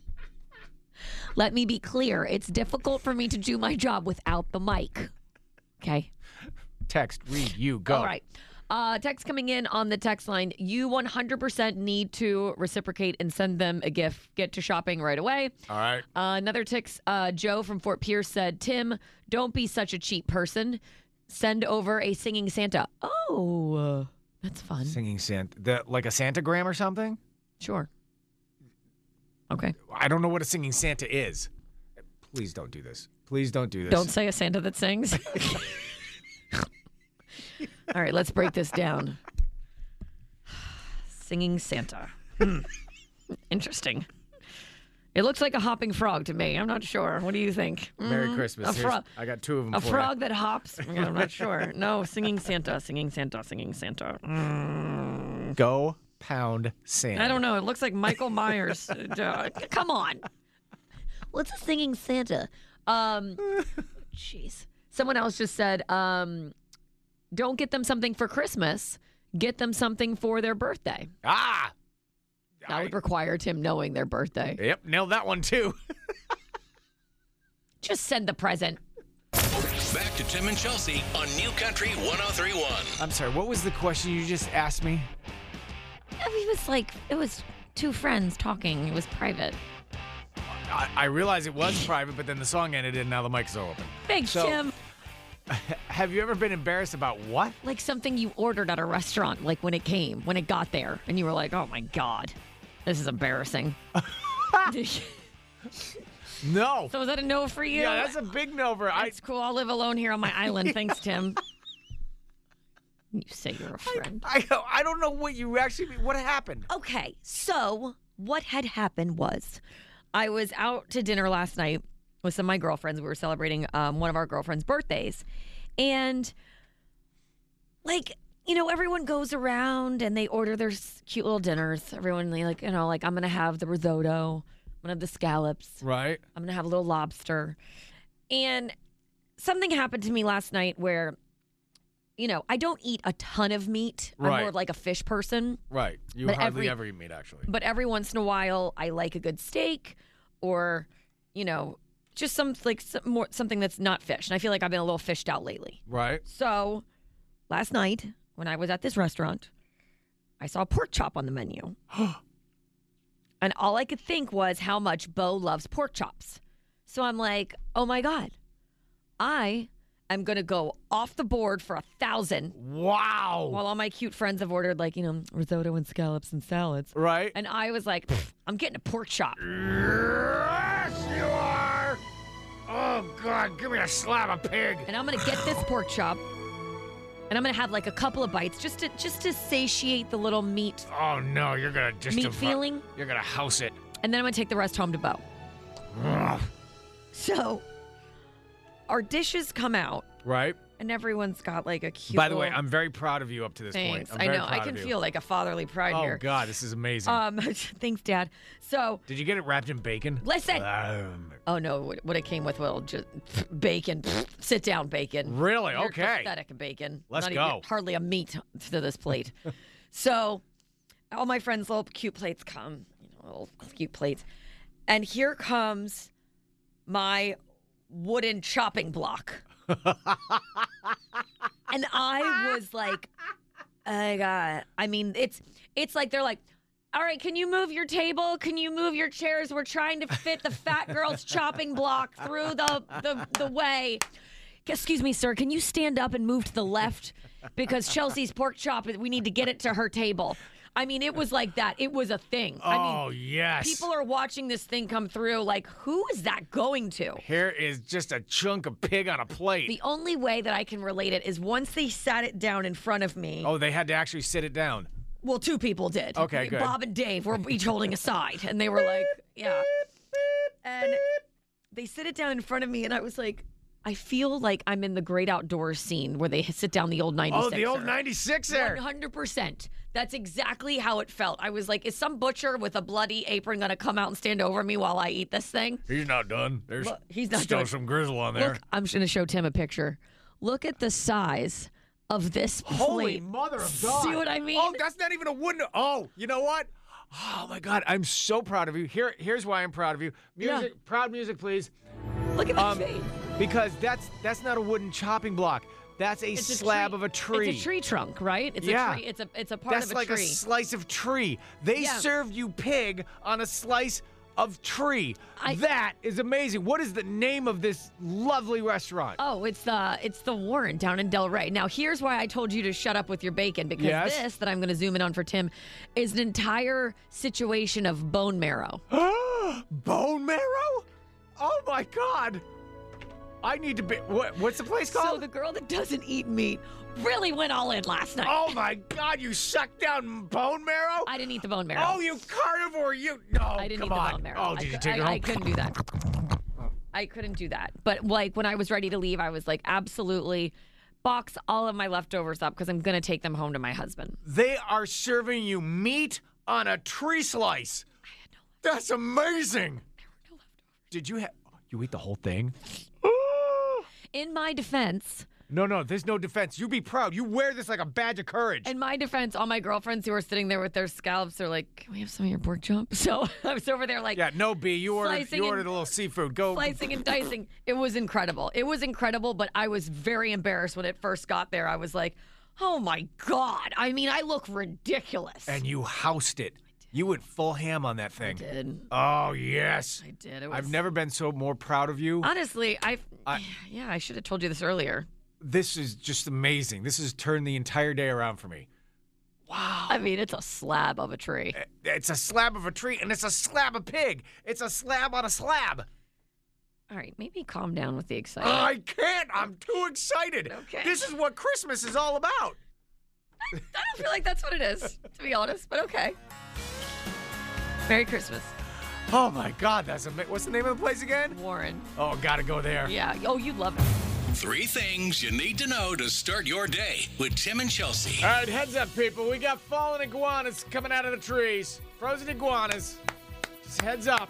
Speaker 4: Let me be clear. It's difficult for me to do my job without the mic. Okay.
Speaker 3: text, read, you go.
Speaker 4: All right. Uh, text coming in on the text line. You 100% need to reciprocate and send them a gift. Get to shopping right away.
Speaker 3: All right.
Speaker 4: Uh, another text, uh, Joe from Fort Pierce said, Tim, don't be such a cheap person. Send over a singing Santa. Oh, uh, that's fun.
Speaker 3: Singing Santa, the, like a Santagram or something.
Speaker 4: Sure. Okay.
Speaker 3: I don't know what a singing Santa is. Please don't do this. Please don't do this.
Speaker 4: Don't say a Santa that sings. All right, let's break this down. Singing Santa. Hmm. Interesting. It looks like a hopping frog to me. I'm not sure. What do you think?
Speaker 3: Merry
Speaker 4: Mm,
Speaker 3: Christmas.
Speaker 4: A,
Speaker 3: Here's-
Speaker 4: frog.
Speaker 3: I got two of them
Speaker 4: a
Speaker 3: for
Speaker 4: frog that hops. I'm not sure. No, singing Santa, singing Santa, singing Santa. Mm.
Speaker 3: you. Go pound sand.
Speaker 4: I don't know. It looks like Michael Myers. Uh, Come on. What's a singing Santa? Um, jeez. Someone else just said, um, don't get them something for Christmas. Get them something for their birthday.
Speaker 3: Ah.
Speaker 4: That would
Speaker 3: I-
Speaker 4: require Tim knowing their birthday.
Speaker 3: yep, nailed that one too.
Speaker 4: Just send the present.
Speaker 1: Back to Tim and Chelsea on New Country 1031.
Speaker 3: I'm sorry. What was the question you just asked me?
Speaker 4: I mean, it was like, it was two friends talking. It was private.
Speaker 3: I, I realize it was private, but then the song ended and now the mic's all open.
Speaker 4: Thanks,
Speaker 3: So-
Speaker 4: Tim.
Speaker 3: Have you ever been embarrassed about what?
Speaker 4: Like something you ordered at a restaurant, like when it came, when it got there, and you were like, oh my God, this is embarrassing.
Speaker 3: No.
Speaker 4: So is that a no for you?
Speaker 3: yeah, that's a big no for I.
Speaker 4: It's cool. I'll live alone here on my island. Thanks, Tim. You say you're a friend.
Speaker 3: I, I don't know what you actually mean. What happened?
Speaker 4: Okay, so what had happened was I was out to dinner last night with some of my girlfriends. We were celebrating um, one of our girlfriends' birthdays. And, like, you know, everyone goes around and they order their s- cute little dinners. Everyone, they like, you know, like, I'm going to have the risotto, I'm going to have the scallops,
Speaker 3: Right.
Speaker 4: I'm gonna have a little lobster. And something happened to me last night where, you know, I don't eat a ton of meat. I'm
Speaker 3: Right.
Speaker 4: more of like a fish person.
Speaker 3: Right. You
Speaker 4: But
Speaker 3: hardly
Speaker 4: every- Mm.
Speaker 3: ever eat meat, actually.
Speaker 4: But every once in a while, I like a good steak, or you know, just some like some more something that's not fish. And I feel like I've been a little fished out lately.
Speaker 3: Right.
Speaker 4: So last night, when I was at this restaurant, I saw pork chop on the menu. and all I could think was how much Bo loves pork chops. So I'm like, oh my God, I am going to go off the board for a thousand
Speaker 3: Wow.
Speaker 4: while all my cute friends have ordered, like, you know, risotto and scallops and salads.
Speaker 3: right.
Speaker 4: And I was like, "Pff, I'm getting a pork chop.
Speaker 3: yes, you are. Oh God, give me a slab of pig.
Speaker 4: and I'm gonna get this pork chop, and I'm gonna have like a couple of bites just to just to satiate the little meat,
Speaker 3: Oh no, you're gonna just
Speaker 4: meat feeling,
Speaker 3: You're gonna house it.
Speaker 4: and then I'm gonna take the rest home to Bo.
Speaker 3: Ugh.
Speaker 4: So our dishes come out,
Speaker 3: Right.
Speaker 4: and everyone's got like a cute.
Speaker 3: By the way,
Speaker 4: little-
Speaker 3: I'm very proud of you up to this
Speaker 4: thanks.
Speaker 3: point.
Speaker 4: I
Speaker 3: I'm very
Speaker 4: know I
Speaker 3: proud
Speaker 4: can
Speaker 3: of you.
Speaker 4: feel like a fatherly pride
Speaker 3: Oh
Speaker 4: here.
Speaker 3: God, this is amazing.
Speaker 4: Um, thanks, Dad. So
Speaker 3: Did you get it wrapped in bacon?
Speaker 4: listen.
Speaker 3: Um,
Speaker 4: Oh no! What what it came with will just bacon. Sit down, bacon.
Speaker 3: really?
Speaker 4: You're
Speaker 3: okay.
Speaker 4: Pathetic bacon.
Speaker 3: Let's
Speaker 4: Not
Speaker 3: go.
Speaker 4: Even, hardly a meat to this plate. so, all my friends' little cute plates come. You know, little cute plates, and here comes my wooden chopping block. and I was like, I got. I mean, it's it's like they're like. All right, can you move your table? Can you move your chairs? We're trying to fit the fat girl's chopping block through the, the the way. Excuse me, sir. Can you stand up and move to the left? Because Chelsea's pork chop, we need to get it to her table. I mean, it was like that. It was a thing.
Speaker 3: Oh
Speaker 4: I mean,
Speaker 3: yes.
Speaker 4: people are watching this thing come through. Like, who is that going to?
Speaker 3: Here is just a chunk of pig on a plate.
Speaker 4: The only way that I can relate it is once they sat it down in front of me.
Speaker 3: oh, they had to actually sit it down.
Speaker 4: Well, two people did.
Speaker 3: Okay, good.
Speaker 4: Bob and Dave were each holding a side, and they were like, yeah. And they sit it down in front of me, and I was like, I feel like I'm in the great outdoors scene where they sit down the old 96.
Speaker 3: Oh, the old 96er.
Speaker 4: 100%. That's exactly how it felt. I was like, is some butcher with a bloody apron going to come out and stand over me while I eat this thing?
Speaker 3: He's not done. There's
Speaker 4: Look, he's not
Speaker 3: still
Speaker 4: done.
Speaker 3: some grizzle on there.
Speaker 4: Look, I'm going to show Tim a picture. Look at the size of this plate.
Speaker 3: Holy mother of God.
Speaker 4: See what I mean?
Speaker 3: Oh, that's not even a wooden. Oh, you know what? Oh my God, I'm so proud of you. Here, here's why I'm proud of you.
Speaker 4: Yeah.
Speaker 3: Music, proud music, please.
Speaker 4: Look at the
Speaker 3: Um,
Speaker 4: tree.
Speaker 3: Because that's that's not a wooden chopping block. That's a
Speaker 4: It's a
Speaker 3: slab of a tree.
Speaker 4: It's a tree trunk, right? It's
Speaker 3: Yeah.
Speaker 4: a tree. It's a it's a part
Speaker 3: That's
Speaker 4: of a
Speaker 3: like
Speaker 4: tree.
Speaker 3: a slice of tree. They
Speaker 4: Yeah.
Speaker 3: served you pig on a slice of tree.
Speaker 4: I-
Speaker 3: that is amazing. What is the name of this lovely restaurant?
Speaker 4: oh, it's the it's the Warren down in Del Rey. Now here's why I told you to shut up with your bacon because
Speaker 3: Yes.
Speaker 4: this that I'm going to zoom in on for Tim is an entire situation of bone marrow.
Speaker 3: Bone marrow? Oh my God! I need to be. What, what's the place
Speaker 4: So
Speaker 3: called?
Speaker 4: the girl that doesn't eat meat really went all in last night.
Speaker 3: oh my God! You sucked down bone marrow?
Speaker 4: I didn't eat the bone marrow.
Speaker 3: oh, you carnivore! You no!
Speaker 4: I didn't
Speaker 3: come
Speaker 4: eat the
Speaker 3: on.
Speaker 4: bone marrow.
Speaker 3: Oh,
Speaker 4: I
Speaker 3: did you
Speaker 4: cou-
Speaker 3: take
Speaker 4: I,
Speaker 3: it home?
Speaker 4: I couldn't do that. I couldn't do that. But like when I was ready to leave, I was like, absolutely box all of my leftovers up because I'm going to take them home to my husband.
Speaker 3: They are serving you meat on a tree slice. That's amazing. Did you have? You ate the whole thing?
Speaker 4: In my defense,
Speaker 3: No, no. There's no defense. You be proud. You wear this like a badge of courage.
Speaker 4: in my defense, all my girlfriends who were sitting there with their scallops are like, "Can we have some of your pork chop?" So I was over there like
Speaker 3: yeah. No, B. You ordered.
Speaker 4: Slicing
Speaker 3: You
Speaker 4: and-
Speaker 3: ordered a little seafood. Go.
Speaker 4: slicing and dicing. It was incredible. It was incredible, but I was very embarrassed when it first got there. I was like, "Oh my god!" I mean, I look ridiculous.
Speaker 3: And you housed it. You went full ham on that thing.
Speaker 4: I did.
Speaker 3: Oh yes.
Speaker 4: I did. It was,
Speaker 3: I've never been so more proud of you.
Speaker 4: Honestly, I've.
Speaker 3: I-
Speaker 4: yeah, I should have told you this earlier.
Speaker 3: this is just amazing. This has turned the entire day around for me.
Speaker 4: I mean, it's a slab of a tree.
Speaker 3: It's a slab of a tree, and it's a slab of pig. It's a slab on a slab.
Speaker 4: All right, maybe calm down with the excitement.
Speaker 3: I can't. I'm too excited.
Speaker 4: Okay.
Speaker 3: This is what Christmas is all about.
Speaker 4: I don't feel like that's what it is, to be honest, but okay. Merry Christmas,
Speaker 3: Oh my God, that's amazing. What's the name of the place again?
Speaker 4: Warren.
Speaker 3: Oh, gotta go there.
Speaker 4: Yeah. Oh, you'd love it.
Speaker 1: Three things you need to know to start your day with Tim and Chelsea.
Speaker 3: All right, heads up, people. We got fallen iguanas coming out of the trees. Frozen iguanas. Just heads up.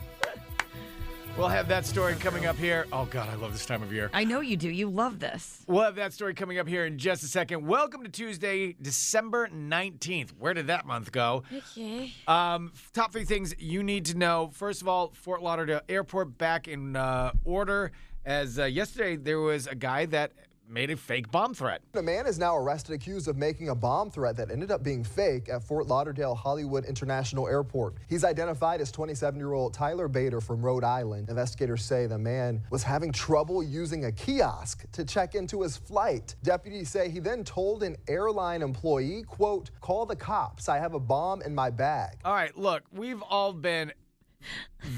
Speaker 3: We'll have that story coming up here. Oh God, I love this time of year.
Speaker 4: I know you do. You love this.
Speaker 3: We'll have that story coming up here in just a second. Welcome to Tuesday, December 19th. Where did that month go?
Speaker 4: Okay.
Speaker 3: Um, top three things you need to know. First of all, Fort Lauderdale Airport back in uh, order. As uh, yesterday, there was a guy that made a fake bomb threat.
Speaker 6: A man is now arrested accused of making a bomb threat that ended up being fake at Fort Lauderdale Hollywood International Airport. He's identified as 27 year old Tyler Bader from Rhode Island. Investigators say the man was having trouble using a kiosk to check into his flight. Deputies say he then told an airline employee, quote, call the cops. I have a bomb in my bag.
Speaker 3: All right, look, we've all been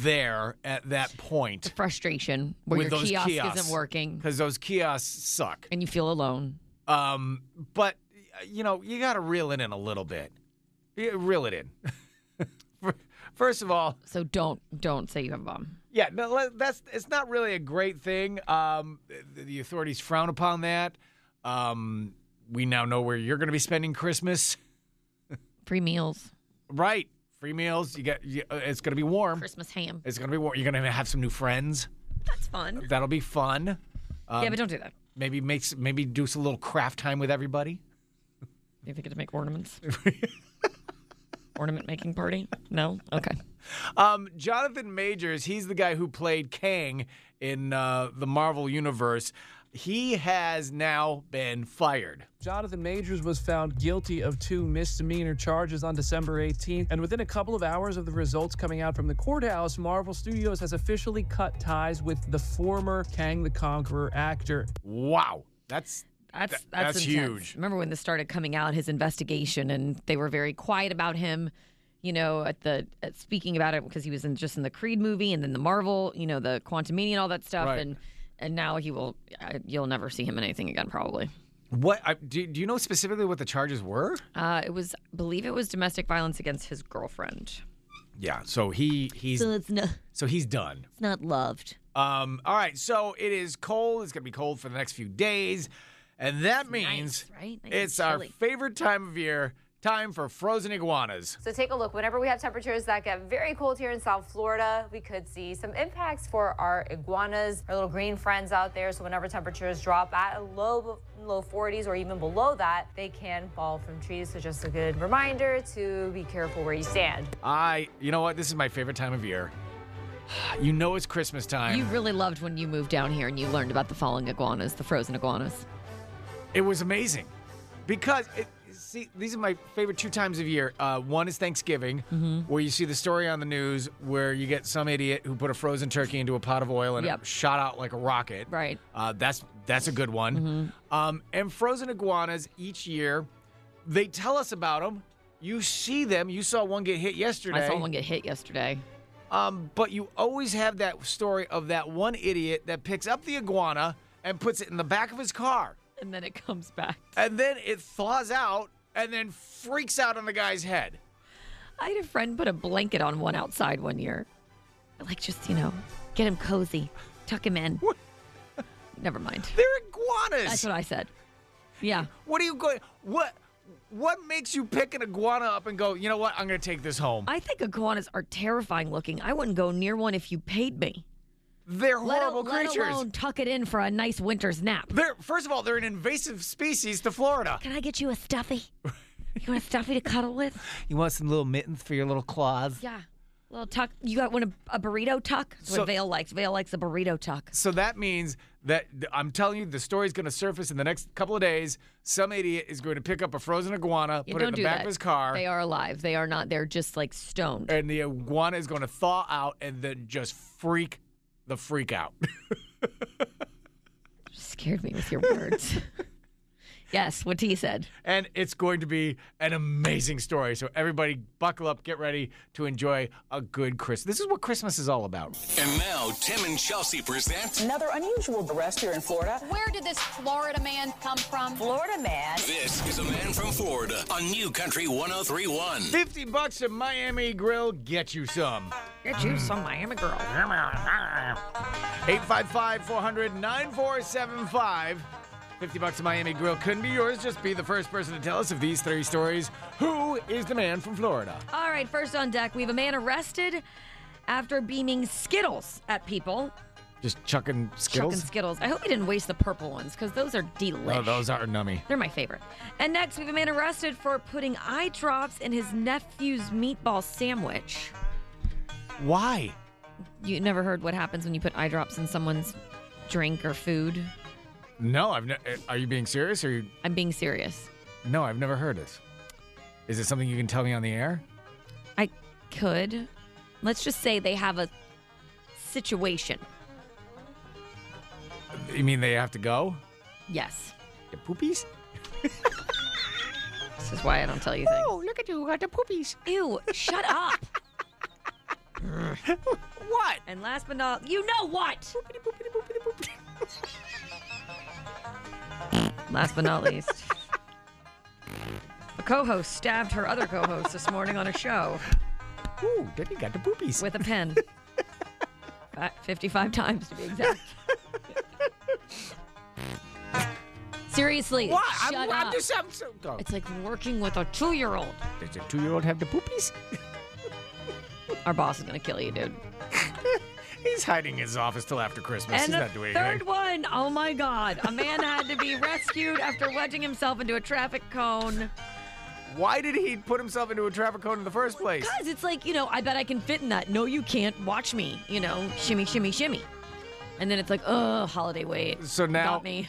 Speaker 3: there at that point
Speaker 4: Frustration where
Speaker 3: with
Speaker 4: your
Speaker 3: those
Speaker 4: kiosk
Speaker 3: kiosks
Speaker 4: isn't working
Speaker 3: because those kiosks suck.
Speaker 4: and you feel alone.
Speaker 3: Um, but you know, you got to reel it in a little bit. Yeah, reel it in. First of all,
Speaker 4: So don't don't say you have a bomb.
Speaker 3: yeah, no, le- that's it's not really a great thing. Um, the, the authorities frown upon that. Um, we now know where you're going to be spending Christmas.
Speaker 4: Free meals,
Speaker 3: Right, free meals. You get. You, uh, it's going to be warm.
Speaker 4: Christmas ham.
Speaker 3: It's going to be warm. You're going to have some new friends.
Speaker 4: That's fun.
Speaker 3: That'll be fun. Um,
Speaker 4: yeah, but don't do that.
Speaker 3: Maybe makes maybe do some little craft time with everybody.
Speaker 4: If you get to make ornaments. Ornament making party? No? Okay.
Speaker 3: Um, Jonathan Majors, he's the guy who played Kang in uh, the Marvel Universe. He has now been fired.
Speaker 7: Jonathan Majors was found guilty of two misdemeanor charges on December 18th, and within a couple of hours of the results coming out from the courthouse, Marvel Studios has officially cut ties with the former Kang the Conqueror actor.
Speaker 3: Wow, that's
Speaker 4: That's
Speaker 3: Th-
Speaker 4: that's,
Speaker 3: that's
Speaker 4: intense.
Speaker 3: huge.
Speaker 4: Remember when this started coming out, his investigation, and they were very quiet about him, you know, at the at speaking about it because he was in just in the Creed movie and then the Marvel, you know, the Quantumania and all that stuff,
Speaker 3: Right.
Speaker 4: and and now he will, I- you'll never see him in anything again, probably.
Speaker 3: what. I, do, do you know specifically what the charges were?
Speaker 4: Uh, it was, I believe, it was domestic violence against his girlfriend.
Speaker 3: Yeah, so he he's
Speaker 4: it's not,
Speaker 3: so he's done.
Speaker 4: it's not loved.
Speaker 3: Um, all right, so it is cold. It's gonna be cold for the next few days, and that means
Speaker 4: nice, right? Nice and
Speaker 3: it's our
Speaker 4: chilly.
Speaker 3: favorite time of year. Time for frozen iguanas.
Speaker 8: So take a look. Whenever we have temperatures that get very cold here in South Florida, we could see some impacts for our iguanas, our little green friends out there. So whenever temperatures drop at a low low 40s or even below that, they can fall from trees. So just a good reminder to be careful where you stand.
Speaker 3: I, you know what? This is my favorite time of year. You know it's Christmas time.
Speaker 4: You really loved when you moved down here and you learned about the falling iguanas, the frozen iguanas.
Speaker 3: It was amazing because it, see, these are my favorite two times of year. Uh, one is Thanksgiving,
Speaker 4: Mm-hmm.
Speaker 3: where you see the story on the news where you get some idiot who put a frozen turkey into a pot of oil and
Speaker 4: Yep.
Speaker 3: it shot out like a rocket.
Speaker 4: Right. Mm-hmm.
Speaker 3: Uh, that's that's a good one. Um, and frozen iguanas each year, they tell us about them. You see them. You saw one get hit yesterday.
Speaker 4: I saw one get hit yesterday.
Speaker 3: Um, but you always have that story of that one idiot that picks up the iguana and puts it in the back of his car.
Speaker 4: And then it comes back.
Speaker 3: And then it thaws out and then freaks out on the guy's head.
Speaker 4: I had a friend put a blanket on one outside one year. Like, just, you know, get him cozy, tuck him in.
Speaker 3: What?
Speaker 4: Never mind.
Speaker 3: They're
Speaker 4: That's
Speaker 3: iguanas.
Speaker 4: what I said. Yeah.
Speaker 3: what are you going what what makes you pick an iguana up and go, you know what, I'm gonna take this home?
Speaker 4: I think iguanas are terrifying looking. I wouldn't go near one if you paid me.
Speaker 3: They're
Speaker 4: Let,
Speaker 3: horrible
Speaker 4: let
Speaker 3: creatures.
Speaker 4: alone tuck it in for a nice winter's nap.
Speaker 3: They're first of all, they're an invasive species to Florida.
Speaker 4: Can I get you a stuffy? You want a stuffy to cuddle with?
Speaker 3: You want some little mittens for your little claws?
Speaker 4: Yeah. Little tuck. You got one a burrito tuck? That's
Speaker 3: So-
Speaker 4: what Vale likes. Vale likes a burrito tuck.
Speaker 3: So that means that I'm telling you, the story's going to surface in the next couple of days. Some idiot is going to pick up a frozen iguana,
Speaker 4: You
Speaker 3: put it
Speaker 4: don't
Speaker 3: in the
Speaker 4: do
Speaker 3: back
Speaker 4: that.
Speaker 3: of his car, Eh.
Speaker 4: They are alive. They are not. They're just like stoned.
Speaker 3: and the iguana is going to thaw out and then just freak the freak out.
Speaker 4: Scared me with your words. yes, what he said.
Speaker 3: and it's going to be an amazing story. So everybody, buckle up, get ready to enjoy a good Christmas. This is what Christmas is all about.
Speaker 1: And now, Tim and Chelsea present
Speaker 9: Another unusual arrest here in Florida.
Speaker 10: Where did this Florida man come from?
Speaker 9: Florida man.
Speaker 1: This is a Man from Florida on New Country 1031.
Speaker 3: 50 bucks at Miami Grill, get you some.
Speaker 4: Get you some Miami girl.
Speaker 3: 855 400 9475. 50 bucks to Miami Grill couldn't be yours. Just be the first person to tell us of these three stories. Who is the man from Florida?
Speaker 4: All right, first on deck, we have a man arrested after beaming Skittles at people.
Speaker 3: Just chucking Skittles?
Speaker 4: Chucking Skittles. I hope he didn't waste the purple ones because those are delicious.
Speaker 3: oh, those are nummy.
Speaker 4: They're my favorite. And next, we have a man arrested for putting eye drops in his nephew's meatball sandwich.
Speaker 3: Why?
Speaker 4: You never heard what happens when you put eye drops in someone's drink or food?
Speaker 3: No, I've. Ne- uh, are you being serious? Or you-
Speaker 4: I'm being serious.
Speaker 3: no, I've never heard this. Is it something you can tell me on the air?
Speaker 4: I could. Let's just say they have a situation.
Speaker 3: You mean they have to go?
Speaker 4: Yes.
Speaker 3: The poopies?
Speaker 4: This is why I don't tell Oh, you things.
Speaker 3: look at you, got the poopies.
Speaker 4: Ew, shut up.
Speaker 3: What?
Speaker 4: And last but not, you know what? last but not least, a co-host stabbed her other co-host this morning on a show
Speaker 3: Ooh, then you got the boobies.
Speaker 4: with a pen. Fi- Fifty-five times to be exact. Seriously,
Speaker 3: what?
Speaker 4: shut
Speaker 3: I'm,
Speaker 4: up.
Speaker 3: I'm just, I'm so. Oh.
Speaker 4: It's like working with a two-year-old.
Speaker 3: Does a two-year-old have the boobies?
Speaker 4: Our boss is gonna kill you, dude.
Speaker 3: He's hiding in his office till after Christmas.
Speaker 4: And
Speaker 3: He's
Speaker 4: the
Speaker 3: not doing
Speaker 4: third
Speaker 3: anything.
Speaker 4: one, oh my God. A man had to be rescued after wedging himself into a traffic cone.
Speaker 3: Why did he put himself into a traffic cone in the first place?
Speaker 4: Because it's like, you know, I bet I can fit in that. No, you can't. Watch me, you know, shimmy, shimmy, shimmy. And then it's like, oh, holiday wait.
Speaker 3: So now-
Speaker 4: Got me.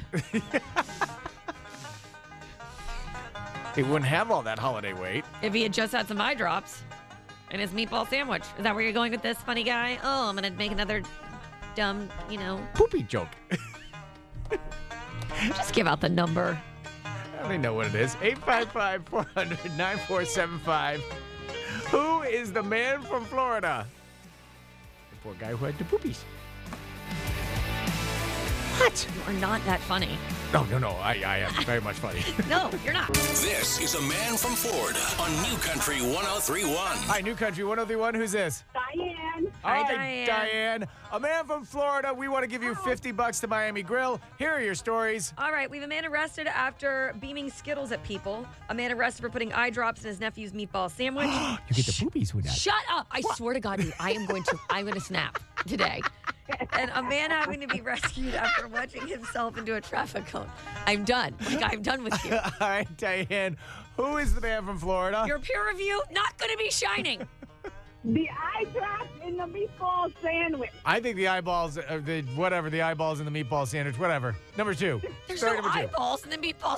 Speaker 3: He wouldn't have all that holiday weight.
Speaker 4: If he had just had some eye drops and his meatball sandwich. Is that where you're going with this, funny guy? Oh, I'm going to make another dumb, you know.
Speaker 3: Poopy joke.
Speaker 4: Just give out the number.
Speaker 3: They know what it is. 855 400 9475. Who is the man from Florida? The poor guy who had the poopies. What?
Speaker 4: You are not that funny.
Speaker 3: No, no, no. I, I am very much funny.
Speaker 4: No, you're not.
Speaker 1: This is a man from Florida on New Country 1031.
Speaker 3: Hi, New Country 1031. Who's this?
Speaker 11: Diane.
Speaker 4: Hi,
Speaker 3: Hi,
Speaker 4: Diane.
Speaker 3: Diane. A man from Florida. We want to give you
Speaker 4: Oh.
Speaker 3: 50 bucks to Miami Grill. Here are your stories.
Speaker 4: All right, we have a man arrested after beaming Skittles at people. A man arrested for putting eye drops in his nephew's meatball sandwich.
Speaker 3: You get the poopies with that.
Speaker 4: Shut up! I swear to God, dude, I am going to I'm going to snap today. And a man having to be rescued after wedging himself into a traffic cone. I'm done. Like I'm done with you.
Speaker 3: All right, Diane. Who is the man from Florida?
Speaker 4: Your peer review not going to be shining.
Speaker 11: The eye drops in the meatball sandwich.
Speaker 3: I think the eyeballs, uh, the whatever, the eyeballs in the meatball sandwich, whatever. Number two.
Speaker 4: There's
Speaker 3: Story
Speaker 4: no
Speaker 3: number two.
Speaker 4: eyeballs in the meatball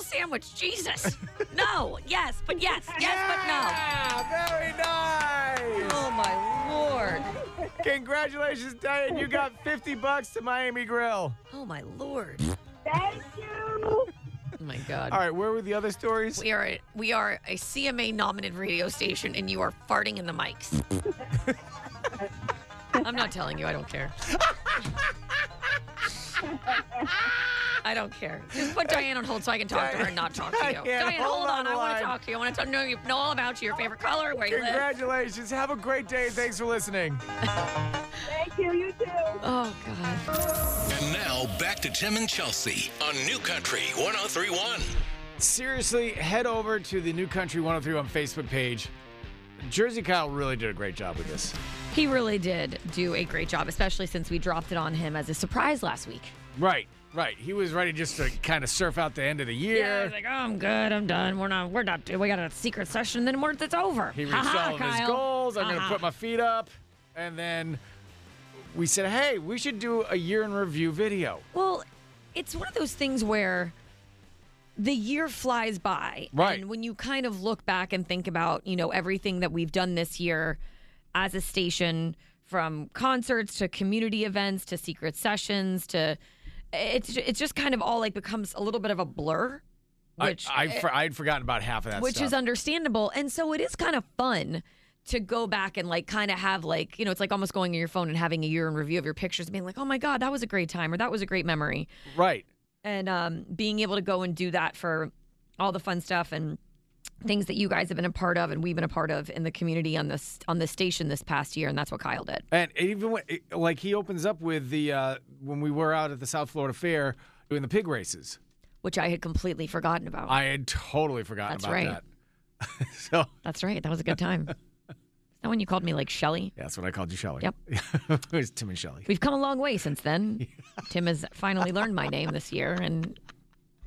Speaker 4: sandwich. Jesus. No. Yes, but yes. Yes,
Speaker 3: Yeah, very
Speaker 4: but no.
Speaker 3: nice.
Speaker 4: Oh my lord. Oh.
Speaker 3: Congratulations, Diane. You got 50 bucks to Miami Grill.
Speaker 4: Oh my lord.
Speaker 11: Thank you.
Speaker 4: Oh my God.
Speaker 3: All right, where were the other stories?
Speaker 4: We are a, we are a CMA nominated radio station, and you are farting in the mics. I'm not telling you. I don't care. I don't care. Just put Diane on hold so I can talk to her and not talk to you.
Speaker 3: Diane,
Speaker 4: Diane, hold,
Speaker 3: hold
Speaker 4: on.
Speaker 3: on
Speaker 4: I
Speaker 3: the
Speaker 4: want
Speaker 3: line.
Speaker 4: to talk to you. I want to know you know all about you, your favorite color, where you live.
Speaker 3: Congratulations. Have a great day. Thanks for listening.
Speaker 11: Thank you. You too.
Speaker 4: Oh God.
Speaker 1: And now back to Tim and Chelsea on New Country 1031.
Speaker 3: Seriously, head over to the New Country 103 on Facebook page. Jersey Kyle really did a great job with this.
Speaker 4: He really did do a great job, especially since we dropped it on him as a surprise last week.
Speaker 3: Right, right. He was ready just to kind of surf out the end of the year.
Speaker 4: Yeah, I was like, oh, I'm good. I'm done. We're not. We're not. We got a secret session. Then we're, it's over.
Speaker 3: He reached
Speaker 4: Ha-ha,
Speaker 3: all of his
Speaker 4: Kyle.
Speaker 3: goals. I'm going
Speaker 4: Ha-ha.
Speaker 3: to put my feet up. And then we said, hey, we should do a year in review video.
Speaker 4: Well, it's one of those things where the year flies by.
Speaker 3: Right.
Speaker 4: And when you kind of look back and think about, you know, everything that we've done this year as a station, from concerts to community events to secret sessions to it's it's just kind of all like becomes a little bit of a blur. Which eh,
Speaker 3: I, I, for, I'd forgotten about half of that
Speaker 4: which is
Speaker 3: stuff.
Speaker 4: understandable. And so it is kind of fun to go back and like kind of have like you know it's like almost going on your phone and having a year in review of your pictures and being like oh my god that was a great time or that was a great memory
Speaker 3: right.
Speaker 4: and um, being able to go and do that for all the fun stuff and things that you guys have been a part of and we've been a part of in the community on this on this station this past year and that's what Kyle did
Speaker 3: And it even when, it, like he opens up with the uh, when we were out at the South Florida Fair doing the pig races.
Speaker 4: which I had completely forgotten about
Speaker 3: I had totally forgotten
Speaker 4: That's
Speaker 3: about
Speaker 4: right.
Speaker 3: that. so
Speaker 4: that's right that was a good time is that when you called me like Shelly
Speaker 3: yeah, that's what I called you, Shelly.
Speaker 4: Yep.
Speaker 3: it was Tim and Shelly.
Speaker 4: we've come a long way since then Tim has finally learned my name this year and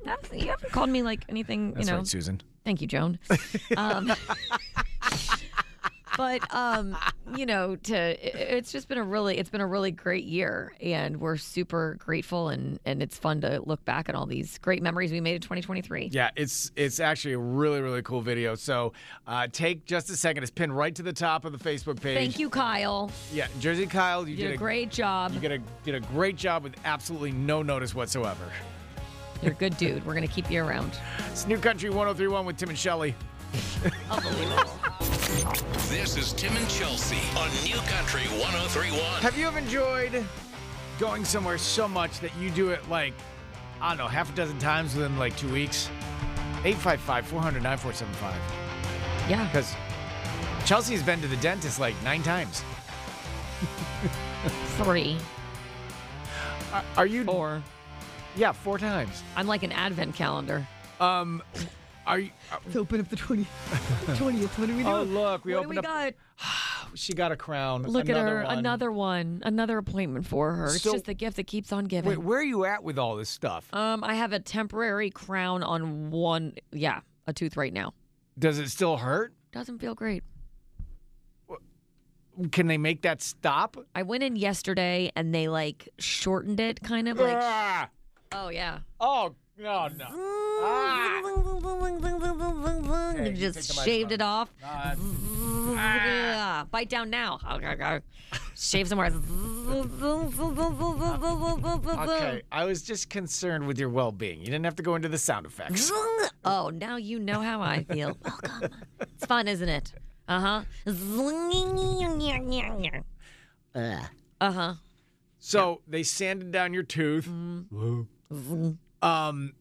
Speaker 4: that's- you haven't called me like anything
Speaker 3: That's
Speaker 4: you know
Speaker 3: right, Susan.
Speaker 4: Thank you, Joan. Um, but um, you know, to i- it's just been a really it's been a really great year, and we're super grateful, and and it's fun to look back at all these great memories we made in 2023.
Speaker 3: Yeah, it's it's actually a really really cool video. So uh, take just a second. It's pinned right to the top of the Facebook page.
Speaker 4: Thank you, Kyle.
Speaker 3: Yeah, Jersey Kyle, you,
Speaker 4: You did a great
Speaker 3: You
Speaker 4: job.
Speaker 3: did a, did a great job with absolutely no notice whatsoever.
Speaker 4: You're a good dude. We're gonna keep you around.
Speaker 3: oh It's New Country 1031 with Tim and Shelly.
Speaker 4: Unbelievable.
Speaker 1: This is Tim and Chelsea on New Country 1031.
Speaker 3: Have you ever enjoyed going somewhere so much that you do it like, I don't know, half a dozen times within like two weeks? 855 400 9475.
Speaker 4: Yeah.
Speaker 3: Because Chelsea's been to the dentist like nine times.
Speaker 4: Three.
Speaker 3: Are, are you? Four. Yeah, four times.
Speaker 4: I'm like an advent calendar.
Speaker 3: Um, are you? uh,
Speaker 4: Let's open up the 20th. 20th. What do we do?
Speaker 3: Oh, look, we
Speaker 4: what
Speaker 3: opened
Speaker 4: do
Speaker 3: up-
Speaker 4: we got?
Speaker 3: She got a crown.
Speaker 4: Look at
Speaker 3: another
Speaker 4: her.
Speaker 3: one.
Speaker 4: Another one. Another appointment for her. It's
Speaker 3: So-
Speaker 4: just the gift that keeps on giving.
Speaker 3: Wait, where are you at with all this stuff?
Speaker 4: Um, I have a temporary crown on one. Yeah, a tooth right now.
Speaker 3: Does it still hurt?
Speaker 4: Doesn't feel great.
Speaker 3: Can they make that stop?
Speaker 4: I went in yesterday and they like shortened it, kind of like.
Speaker 3: Ah!
Speaker 4: Oh yeah.
Speaker 3: Oh no no.
Speaker 4: They just shaved it off. Ah, Bite down now. Shave some more.
Speaker 3: Uh, Okay, I was just concerned with your well-being. You didn't have to go into the sound effects.
Speaker 4: Oh, now you know how I feel. Welcome. It's fun, isn't it? Uh huh. Uh huh.
Speaker 3: So they sanded down your tooth,
Speaker 4: Mm-hmm.
Speaker 3: um,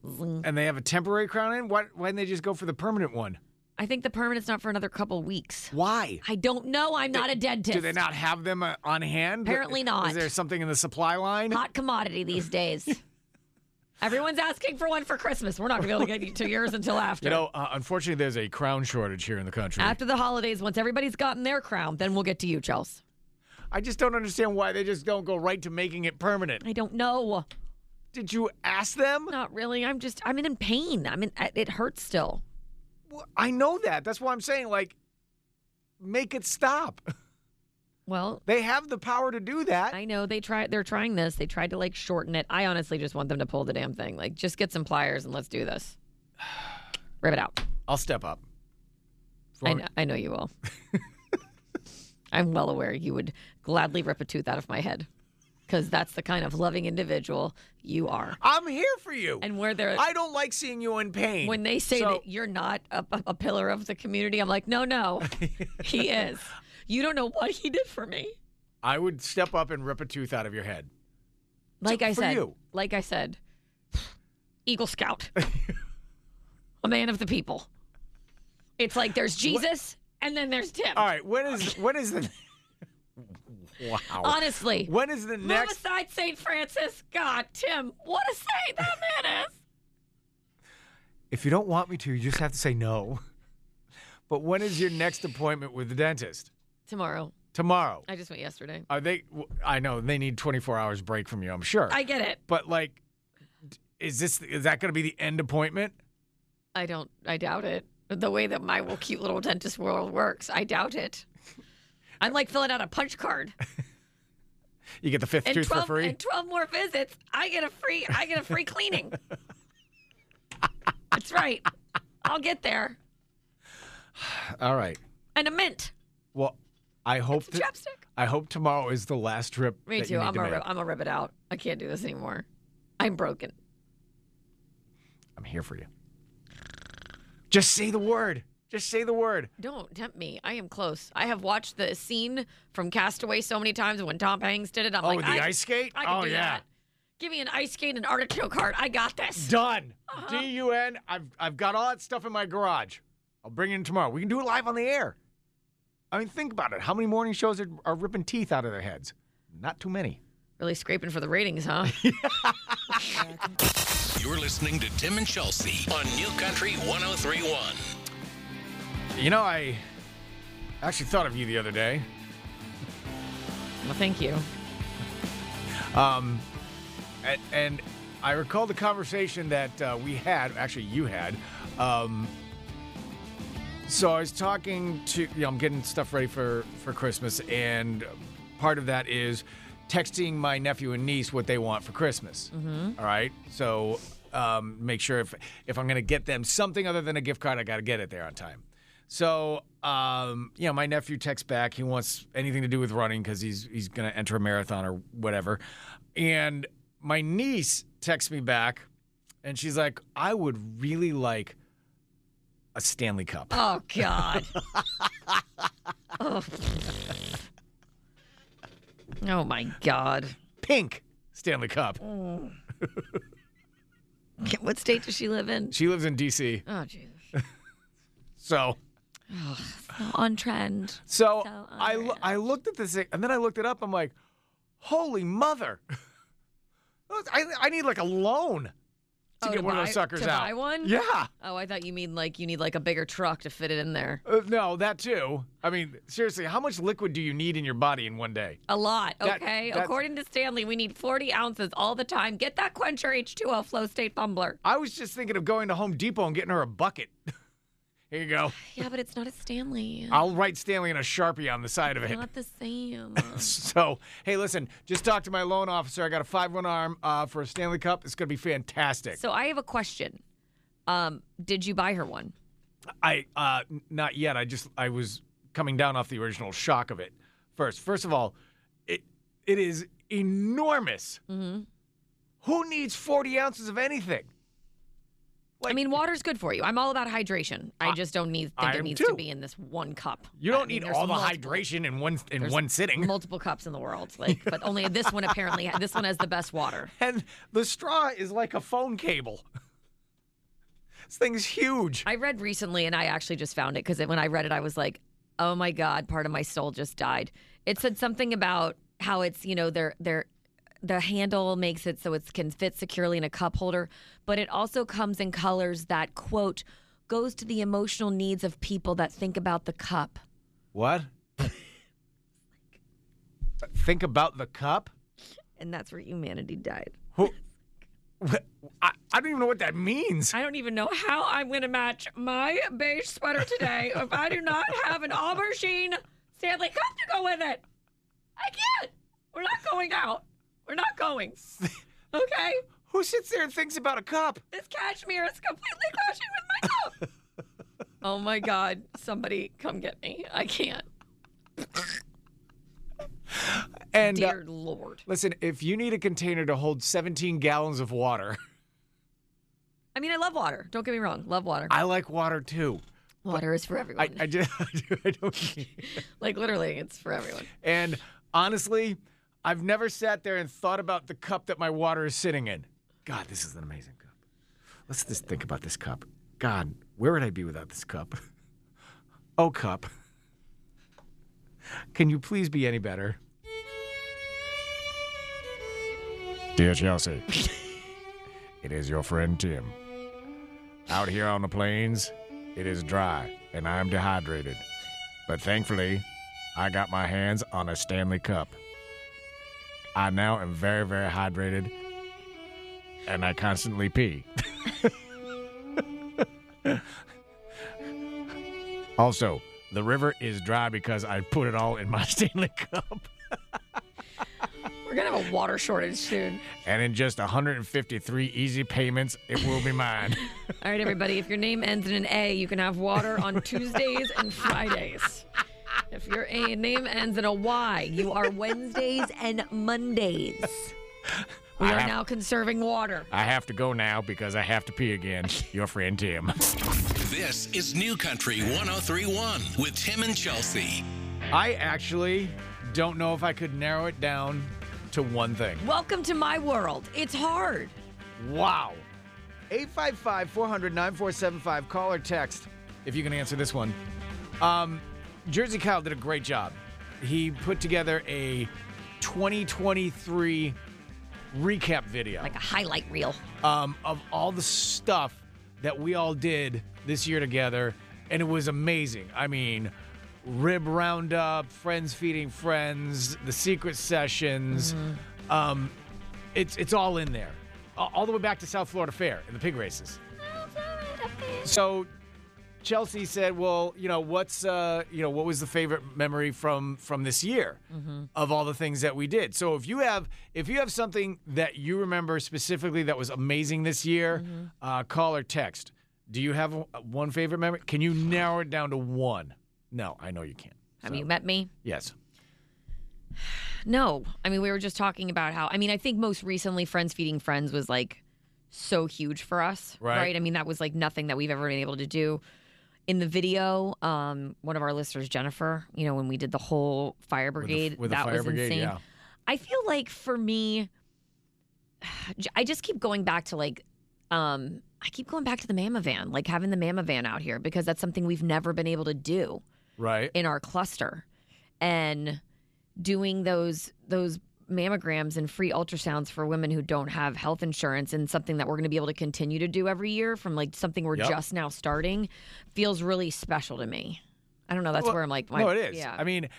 Speaker 3: and they have a temporary crown in. Why, why didn't they just go for the permanent one?
Speaker 4: I think the permanent's not for another couple weeks.
Speaker 3: Why?
Speaker 4: I don't know. I'm not a dentist.
Speaker 3: Do they not have them uh, on hand?
Speaker 4: Apparently not.
Speaker 3: Is there something in the supply line?
Speaker 4: Hot commodity these days. Everyone's asking for one for Christmas. We're not going to be able to get you two years until after.
Speaker 3: You know, uh, unfortunately, there's a crown shortage here in the country.
Speaker 4: after the holidays, once everybody's gotten their crown, then we'll get to you, Chels.
Speaker 3: I just don't understand why they just don't go right to making it permanent.
Speaker 4: I don't know.
Speaker 3: Did you ask them?
Speaker 4: Not really. I'm just. I'm in pain. I'm in. It hurts still.
Speaker 3: Well, I know that. That's why I'm saying, like, make it stop.
Speaker 4: Well,
Speaker 3: They have the power to do that.
Speaker 4: I know they try. They're trying this. They tried to like shorten it. I honestly just want them to pull the damn thing. Like, just get some pliers and let's do this. Rip it out.
Speaker 3: I'll step up.
Speaker 4: I know, I know you will. I'm well aware you would gladly rip a tooth out of my head because that's the kind of loving individual you are.
Speaker 3: I'm here for you.
Speaker 4: And where they're
Speaker 3: I don't like seeing you in pain.
Speaker 4: when they say
Speaker 3: So-
Speaker 4: that you're not a, a- a pillar of the community, I'm like, no, no, he is. You don't know what he did for me.
Speaker 3: I would step up and rip a tooth out of your head.
Speaker 4: Like I
Speaker 3: for
Speaker 4: said,
Speaker 3: you.
Speaker 4: like I said, Eagle Scout, a man of the people. It's like there's Jesus and then there's Tim.
Speaker 3: All right. When is when is the wow?
Speaker 4: Honestly,
Speaker 3: Oh. when is the
Speaker 4: Move
Speaker 3: next?
Speaker 4: aside St. Francis. God, Tim, what a saint that man is.
Speaker 3: If you don't want me to, you just have to say no. But when is your next appointment with the dentist?
Speaker 4: Tomorrow.
Speaker 3: Tomorrow.
Speaker 4: I just went yesterday.
Speaker 3: Are they? w- I know they need 24 hours break from you. I'm sure.
Speaker 4: I get it.
Speaker 3: but like, d- is this is that going to be the end appointment?
Speaker 4: I don't, I doubt it. The way that my little cute little dentist world works, I doubt it. I'm like filling out a punch card.
Speaker 3: You get the fifth
Speaker 4: And
Speaker 3: tooth
Speaker 4: twelve
Speaker 3: for free.
Speaker 4: and twelve more visits, I get a free I get a free cleaning. That's right. I'll get there.
Speaker 3: All right.
Speaker 4: And a mint.
Speaker 3: Well, I hope
Speaker 4: It's a
Speaker 3: that-
Speaker 4: chapstick.
Speaker 3: I hope tomorrow is the last trip.
Speaker 4: Me
Speaker 3: that you
Speaker 4: too.
Speaker 3: need
Speaker 4: I'm
Speaker 3: to
Speaker 4: gonna
Speaker 3: make.
Speaker 4: rip, I'm gonna rip it out. I can't do this anymore. I'm broken.
Speaker 3: I'm here for you. Just say the word. Just say the word.
Speaker 4: Don't tempt me. I am close. I have watched the scene from Castaway so many times. and When Tom Hanks did it, I'm
Speaker 3: Oh,
Speaker 4: like,
Speaker 3: the
Speaker 4: I,
Speaker 3: ice skate?
Speaker 4: I can
Speaker 3: Oh,
Speaker 4: do
Speaker 3: yeah.
Speaker 4: that. Give me an ice skate and artichoke heart. I got this.
Speaker 3: Done.
Speaker 4: Uh-huh.
Speaker 3: D U N. I've I've got all that stuff in my garage. I'll bring it in tomorrow. We can do it live on the air. I mean, think about it. How many morning shows are, are ripping teeth out of their heads? Not too many.
Speaker 4: Really scraping for the ratings, huh?
Speaker 1: You're listening to Tim and Chelsea on New Country 1031.
Speaker 3: You know, I actually thought of you the other day.
Speaker 4: well, thank you.
Speaker 3: Um, and, and I recall the conversation that uh, we had, actually, you had. Um, so I was talking to, you know, I'm getting stuff ready for, for Christmas, and part of that is texting my nephew and niece what they want for Christmas. All right. So um, make sure if, if I'm going to get them something other than a gift card, I got to get it there on time. So, um, you know, my nephew texts back. He wants anything to do with running because he's he's going to enter a marathon or whatever. And my niece texts me back, and she's like, "I would really like a Stanley Cup.
Speaker 4: Oh God. oh. Oh, my God.
Speaker 3: Pink Stanley Cup.
Speaker 4: What state does she live in?
Speaker 3: She lives in D.C.
Speaker 4: Oh Jesus.
Speaker 3: So
Speaker 4: So on trend.
Speaker 3: so, I lo- I looked at this thing, and then I looked it up. I'm like, holy mother! I I need like a loan to
Speaker 4: Oh,
Speaker 3: get one
Speaker 4: buy,
Speaker 3: of those suckers
Speaker 4: to
Speaker 3: out.
Speaker 4: buy one?
Speaker 3: Yeah.
Speaker 4: Oh, I thought you mean like you need like a bigger truck to fit it in there.
Speaker 3: Uh, no, that too. I mean, seriously, how much liquid do you need in your body in one day?
Speaker 4: A lot,
Speaker 3: That-
Speaker 4: okay?
Speaker 3: that's-
Speaker 4: According to Stanley, we need 40 ounces all the time. Get that Quencher H2O Flow State Bumbler.
Speaker 3: I was just thinking of going to Home Depot and getting her a bucket. Here you go.
Speaker 4: Yeah, but it's not a Stanley.
Speaker 3: I'll write Stanley in a sharpie on the side of
Speaker 4: It's
Speaker 3: it.
Speaker 4: not the same.
Speaker 3: So, hey, listen, just talked to my loan officer. I got a 5 1 arm uh, for a Stanley Cup. It's going to be fantastic.
Speaker 4: so I have a question. Um, did you buy her one?
Speaker 3: I, uh, n- not yet. I just, I was coming down off the original shock of it first. First of all, it, it is enormous.
Speaker 4: Mm-hmm.
Speaker 3: Who needs 40 ounces of anything?
Speaker 4: I mean, water's good for you. I'm all about hydration. I, just don't need think
Speaker 3: I
Speaker 4: it
Speaker 3: am
Speaker 4: needs
Speaker 3: too.
Speaker 4: to be in this one cup.
Speaker 3: You
Speaker 4: I
Speaker 3: don't
Speaker 4: mean,
Speaker 3: need
Speaker 4: there's
Speaker 3: all the
Speaker 4: multiple-
Speaker 3: hydration in one in
Speaker 4: there's
Speaker 3: one sitting.
Speaker 4: Multiple cups in the world, like, but only this one apparently. This one has the best water.
Speaker 3: and the straw is like a phone cable. this thing's huge.
Speaker 4: I read recently, and I actually just found it because when I read it, I was like, "Oh my god!" Part of my soul just died. It said something about how it's you know their their the handle makes it so it can fit securely in a cup holder, but it also comes in colors that quote goes to the emotional needs of people that think about the cup.
Speaker 3: What? Think about the cup.
Speaker 4: And that's where humanity died.
Speaker 3: Who? wh- I, I don't even know what that means.
Speaker 4: I don't even know how I'm going to match my beige sweater today if I do not have an aubergine Stanley Cup to go with it. I can't. We're not going out. We're not going. Okay?
Speaker 3: Who sits there and thinks about a cup?
Speaker 4: This cashmere is completely clashing with my cup. oh my God. Somebody come get me. I can't.
Speaker 3: And uh,
Speaker 4: Dear Lord.
Speaker 3: listen, if you need a container to hold 17 gallons of water,
Speaker 4: I mean, I love water. Don't get me wrong. Love water.
Speaker 3: I like water too.
Speaker 4: Water is for everyone.
Speaker 3: I, I just, I, do, I don't.
Speaker 4: like, literally, it's for everyone.
Speaker 3: And honestly, I've never sat there and thought about the cup that my water is sitting in. God, this is an amazing cup. Let's just think about this cup. God, where would I be without this cup? Oh, cup. Can you please be any better? Dear Chelsea, it is your friend Tim. Out here on the plains, it is dry and I'm dehydrated. But thankfully, I got my hands on a Stanley Cup. I now am very, very hydrated and I constantly pee. also, the river is dry because I put it all in my Stanley Cup.
Speaker 4: We're going to have a water shortage soon.
Speaker 3: And in just 153 easy payments, it will be mine.
Speaker 4: All right, everybody. If your name ends in an A, you can have water on Tuesdays and Fridays. If your a- name ends in a Y, you are Wednesdays and Mondays. We
Speaker 3: I
Speaker 4: are
Speaker 3: have-
Speaker 4: now conserving water.
Speaker 3: I have to go now because I have to pee again. Your friend Tim.
Speaker 1: This is New Country 1031 with Tim and Chelsea.
Speaker 3: I actually don't know if I could narrow it down to one thing.
Speaker 4: Welcome to my world. It's hard.
Speaker 3: Wow. 855 400 9475. Call or text if you can answer this one. Um, Jersey Kyle did a great job. He put together a 2023 recap video
Speaker 4: Like a highlight reel.
Speaker 3: um, of all the stuff that we all did this year together, and it was amazing. I mean, rib roundup, friends feeding friends, the secret sessions. Um, it's it's all in there, A- all the way back to South Florida Fair and the pig races. So. Chelsea said, "Well, you know, what's uh, you know, what was the favorite memory from from this year?"
Speaker 4: Mm-hmm.
Speaker 3: of all the things that we did. So if you have if you have something that you remember specifically that was amazing this year,
Speaker 4: Mm-hmm.
Speaker 3: uh, call or text. Do you have a- one favorite memory? Can you narrow it down to one? No, I know you can't.
Speaker 4: Have you met me?
Speaker 3: Yes.
Speaker 4: No. I mean, we were just talking about how, I mean, I think most recently, Friends Feeding Friends was like so huge for us.
Speaker 3: Right.
Speaker 4: I mean, that was like nothing that we've ever been able to do. in the video, um, one of our listeners, Jennifer, you know, when we did the whole fire brigade,
Speaker 3: with the
Speaker 4: that
Speaker 3: fire
Speaker 4: was
Speaker 3: brigade,
Speaker 4: insane.
Speaker 3: yeah.
Speaker 4: I feel like for me, I just keep going back to like, um, I keep going back to the mama van, like having the mama van out here because that's something we've never been able to do
Speaker 3: Right.
Speaker 4: in our cluster, and doing those those mammograms and free ultrasounds for women who don't have health insurance and something that we're going to be able to continue to do every year from like something we're
Speaker 3: Yep.
Speaker 4: just now starting feels really special to me. I don't know. That's
Speaker 3: Well,
Speaker 4: where I'm like,
Speaker 3: no, it is.
Speaker 4: Yeah.
Speaker 3: I mean,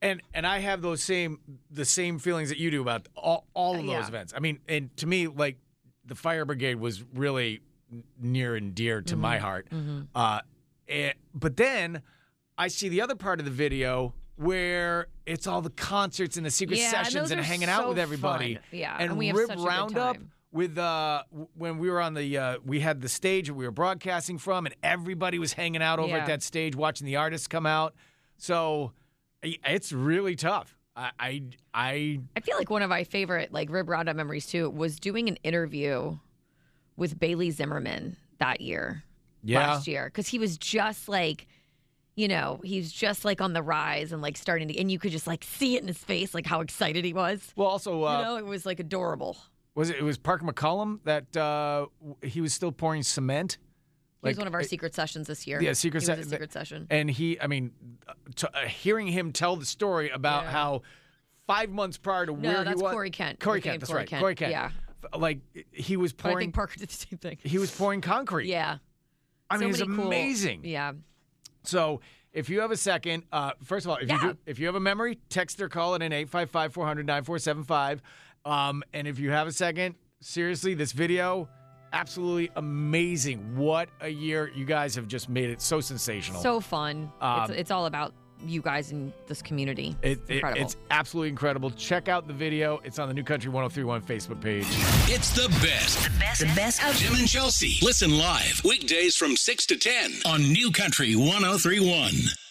Speaker 3: and and I have those same the same feelings that you do about all, all of those
Speaker 4: Uh, yeah.
Speaker 3: events. I mean, and to me, like the fire brigade was really n- near and dear to my
Speaker 4: Mm-hmm.
Speaker 3: heart. Uh, eh, but then I see the other part of the video where it's all the concerts and the secret
Speaker 4: Yeah, and
Speaker 3: sessions
Speaker 4: those
Speaker 3: and
Speaker 4: are
Speaker 3: hanging out
Speaker 4: so
Speaker 3: with everybody.
Speaker 4: fun. Yeah,
Speaker 3: and,
Speaker 4: and we have
Speaker 3: Rib
Speaker 4: such a good
Speaker 3: Roundup
Speaker 4: time.
Speaker 3: with uh w- when we were on the uh, we had the stage that we were broadcasting from, and everybody was hanging out over
Speaker 4: Yeah.
Speaker 3: at that stage watching the artists come out. So i- it's really tough. I I, I
Speaker 4: I feel like one of my favorite like rib roundup memories too was doing an interview with Bailey Zimmerman that year,
Speaker 3: Yeah.
Speaker 4: last year, because he was just like, you know, he was just like on the rise and like starting to, and you could just like see it in his face, like how excited he was.
Speaker 3: well also uh,
Speaker 4: you know, it was like adorable.
Speaker 3: was it, it was Parker McCollum that uh, w- he was still pouring cement.
Speaker 4: He was one of our secret sessions this year.
Speaker 3: Yeah, secret
Speaker 4: He was
Speaker 3: se-
Speaker 4: a secret session.
Speaker 3: And he, I mean, uh, to, uh, hearing him tell the story about how five months prior to
Speaker 4: No,
Speaker 3: where
Speaker 4: that's
Speaker 3: he was,
Speaker 4: Corey Kent.
Speaker 3: Corey
Speaker 4: His name
Speaker 3: Kent, that's
Speaker 4: Corey
Speaker 3: right,
Speaker 4: Kent,
Speaker 3: Corey Kent.
Speaker 4: yeah.
Speaker 3: F- like he was
Speaker 4: But I
Speaker 3: pouring,
Speaker 4: think Parker did the same thing.
Speaker 3: he was pouring concrete.
Speaker 4: Yeah,
Speaker 3: I mean,
Speaker 4: so
Speaker 3: it's
Speaker 4: many cool-
Speaker 3: amazing.
Speaker 4: Yeah,
Speaker 3: So if you have a second, uh, first of all, if you do, if you have a memory, text or call it in 855 400 9475. Um, and if you have a second, seriously, this video, absolutely amazing. What a year. You guys have just made it so sensational.
Speaker 4: so fun. it's,
Speaker 3: Um,
Speaker 4: it's all about you guys in this community.
Speaker 3: It,
Speaker 4: it's
Speaker 3: it-
Speaker 4: incredible.
Speaker 3: it's absolutely incredible. Check out the video. It's on the New Country 1031 Facebook page.
Speaker 1: It's the best. The best. of Jim oh and Chelsea. Listen live weekdays from 6 to 10 on New Country 1031.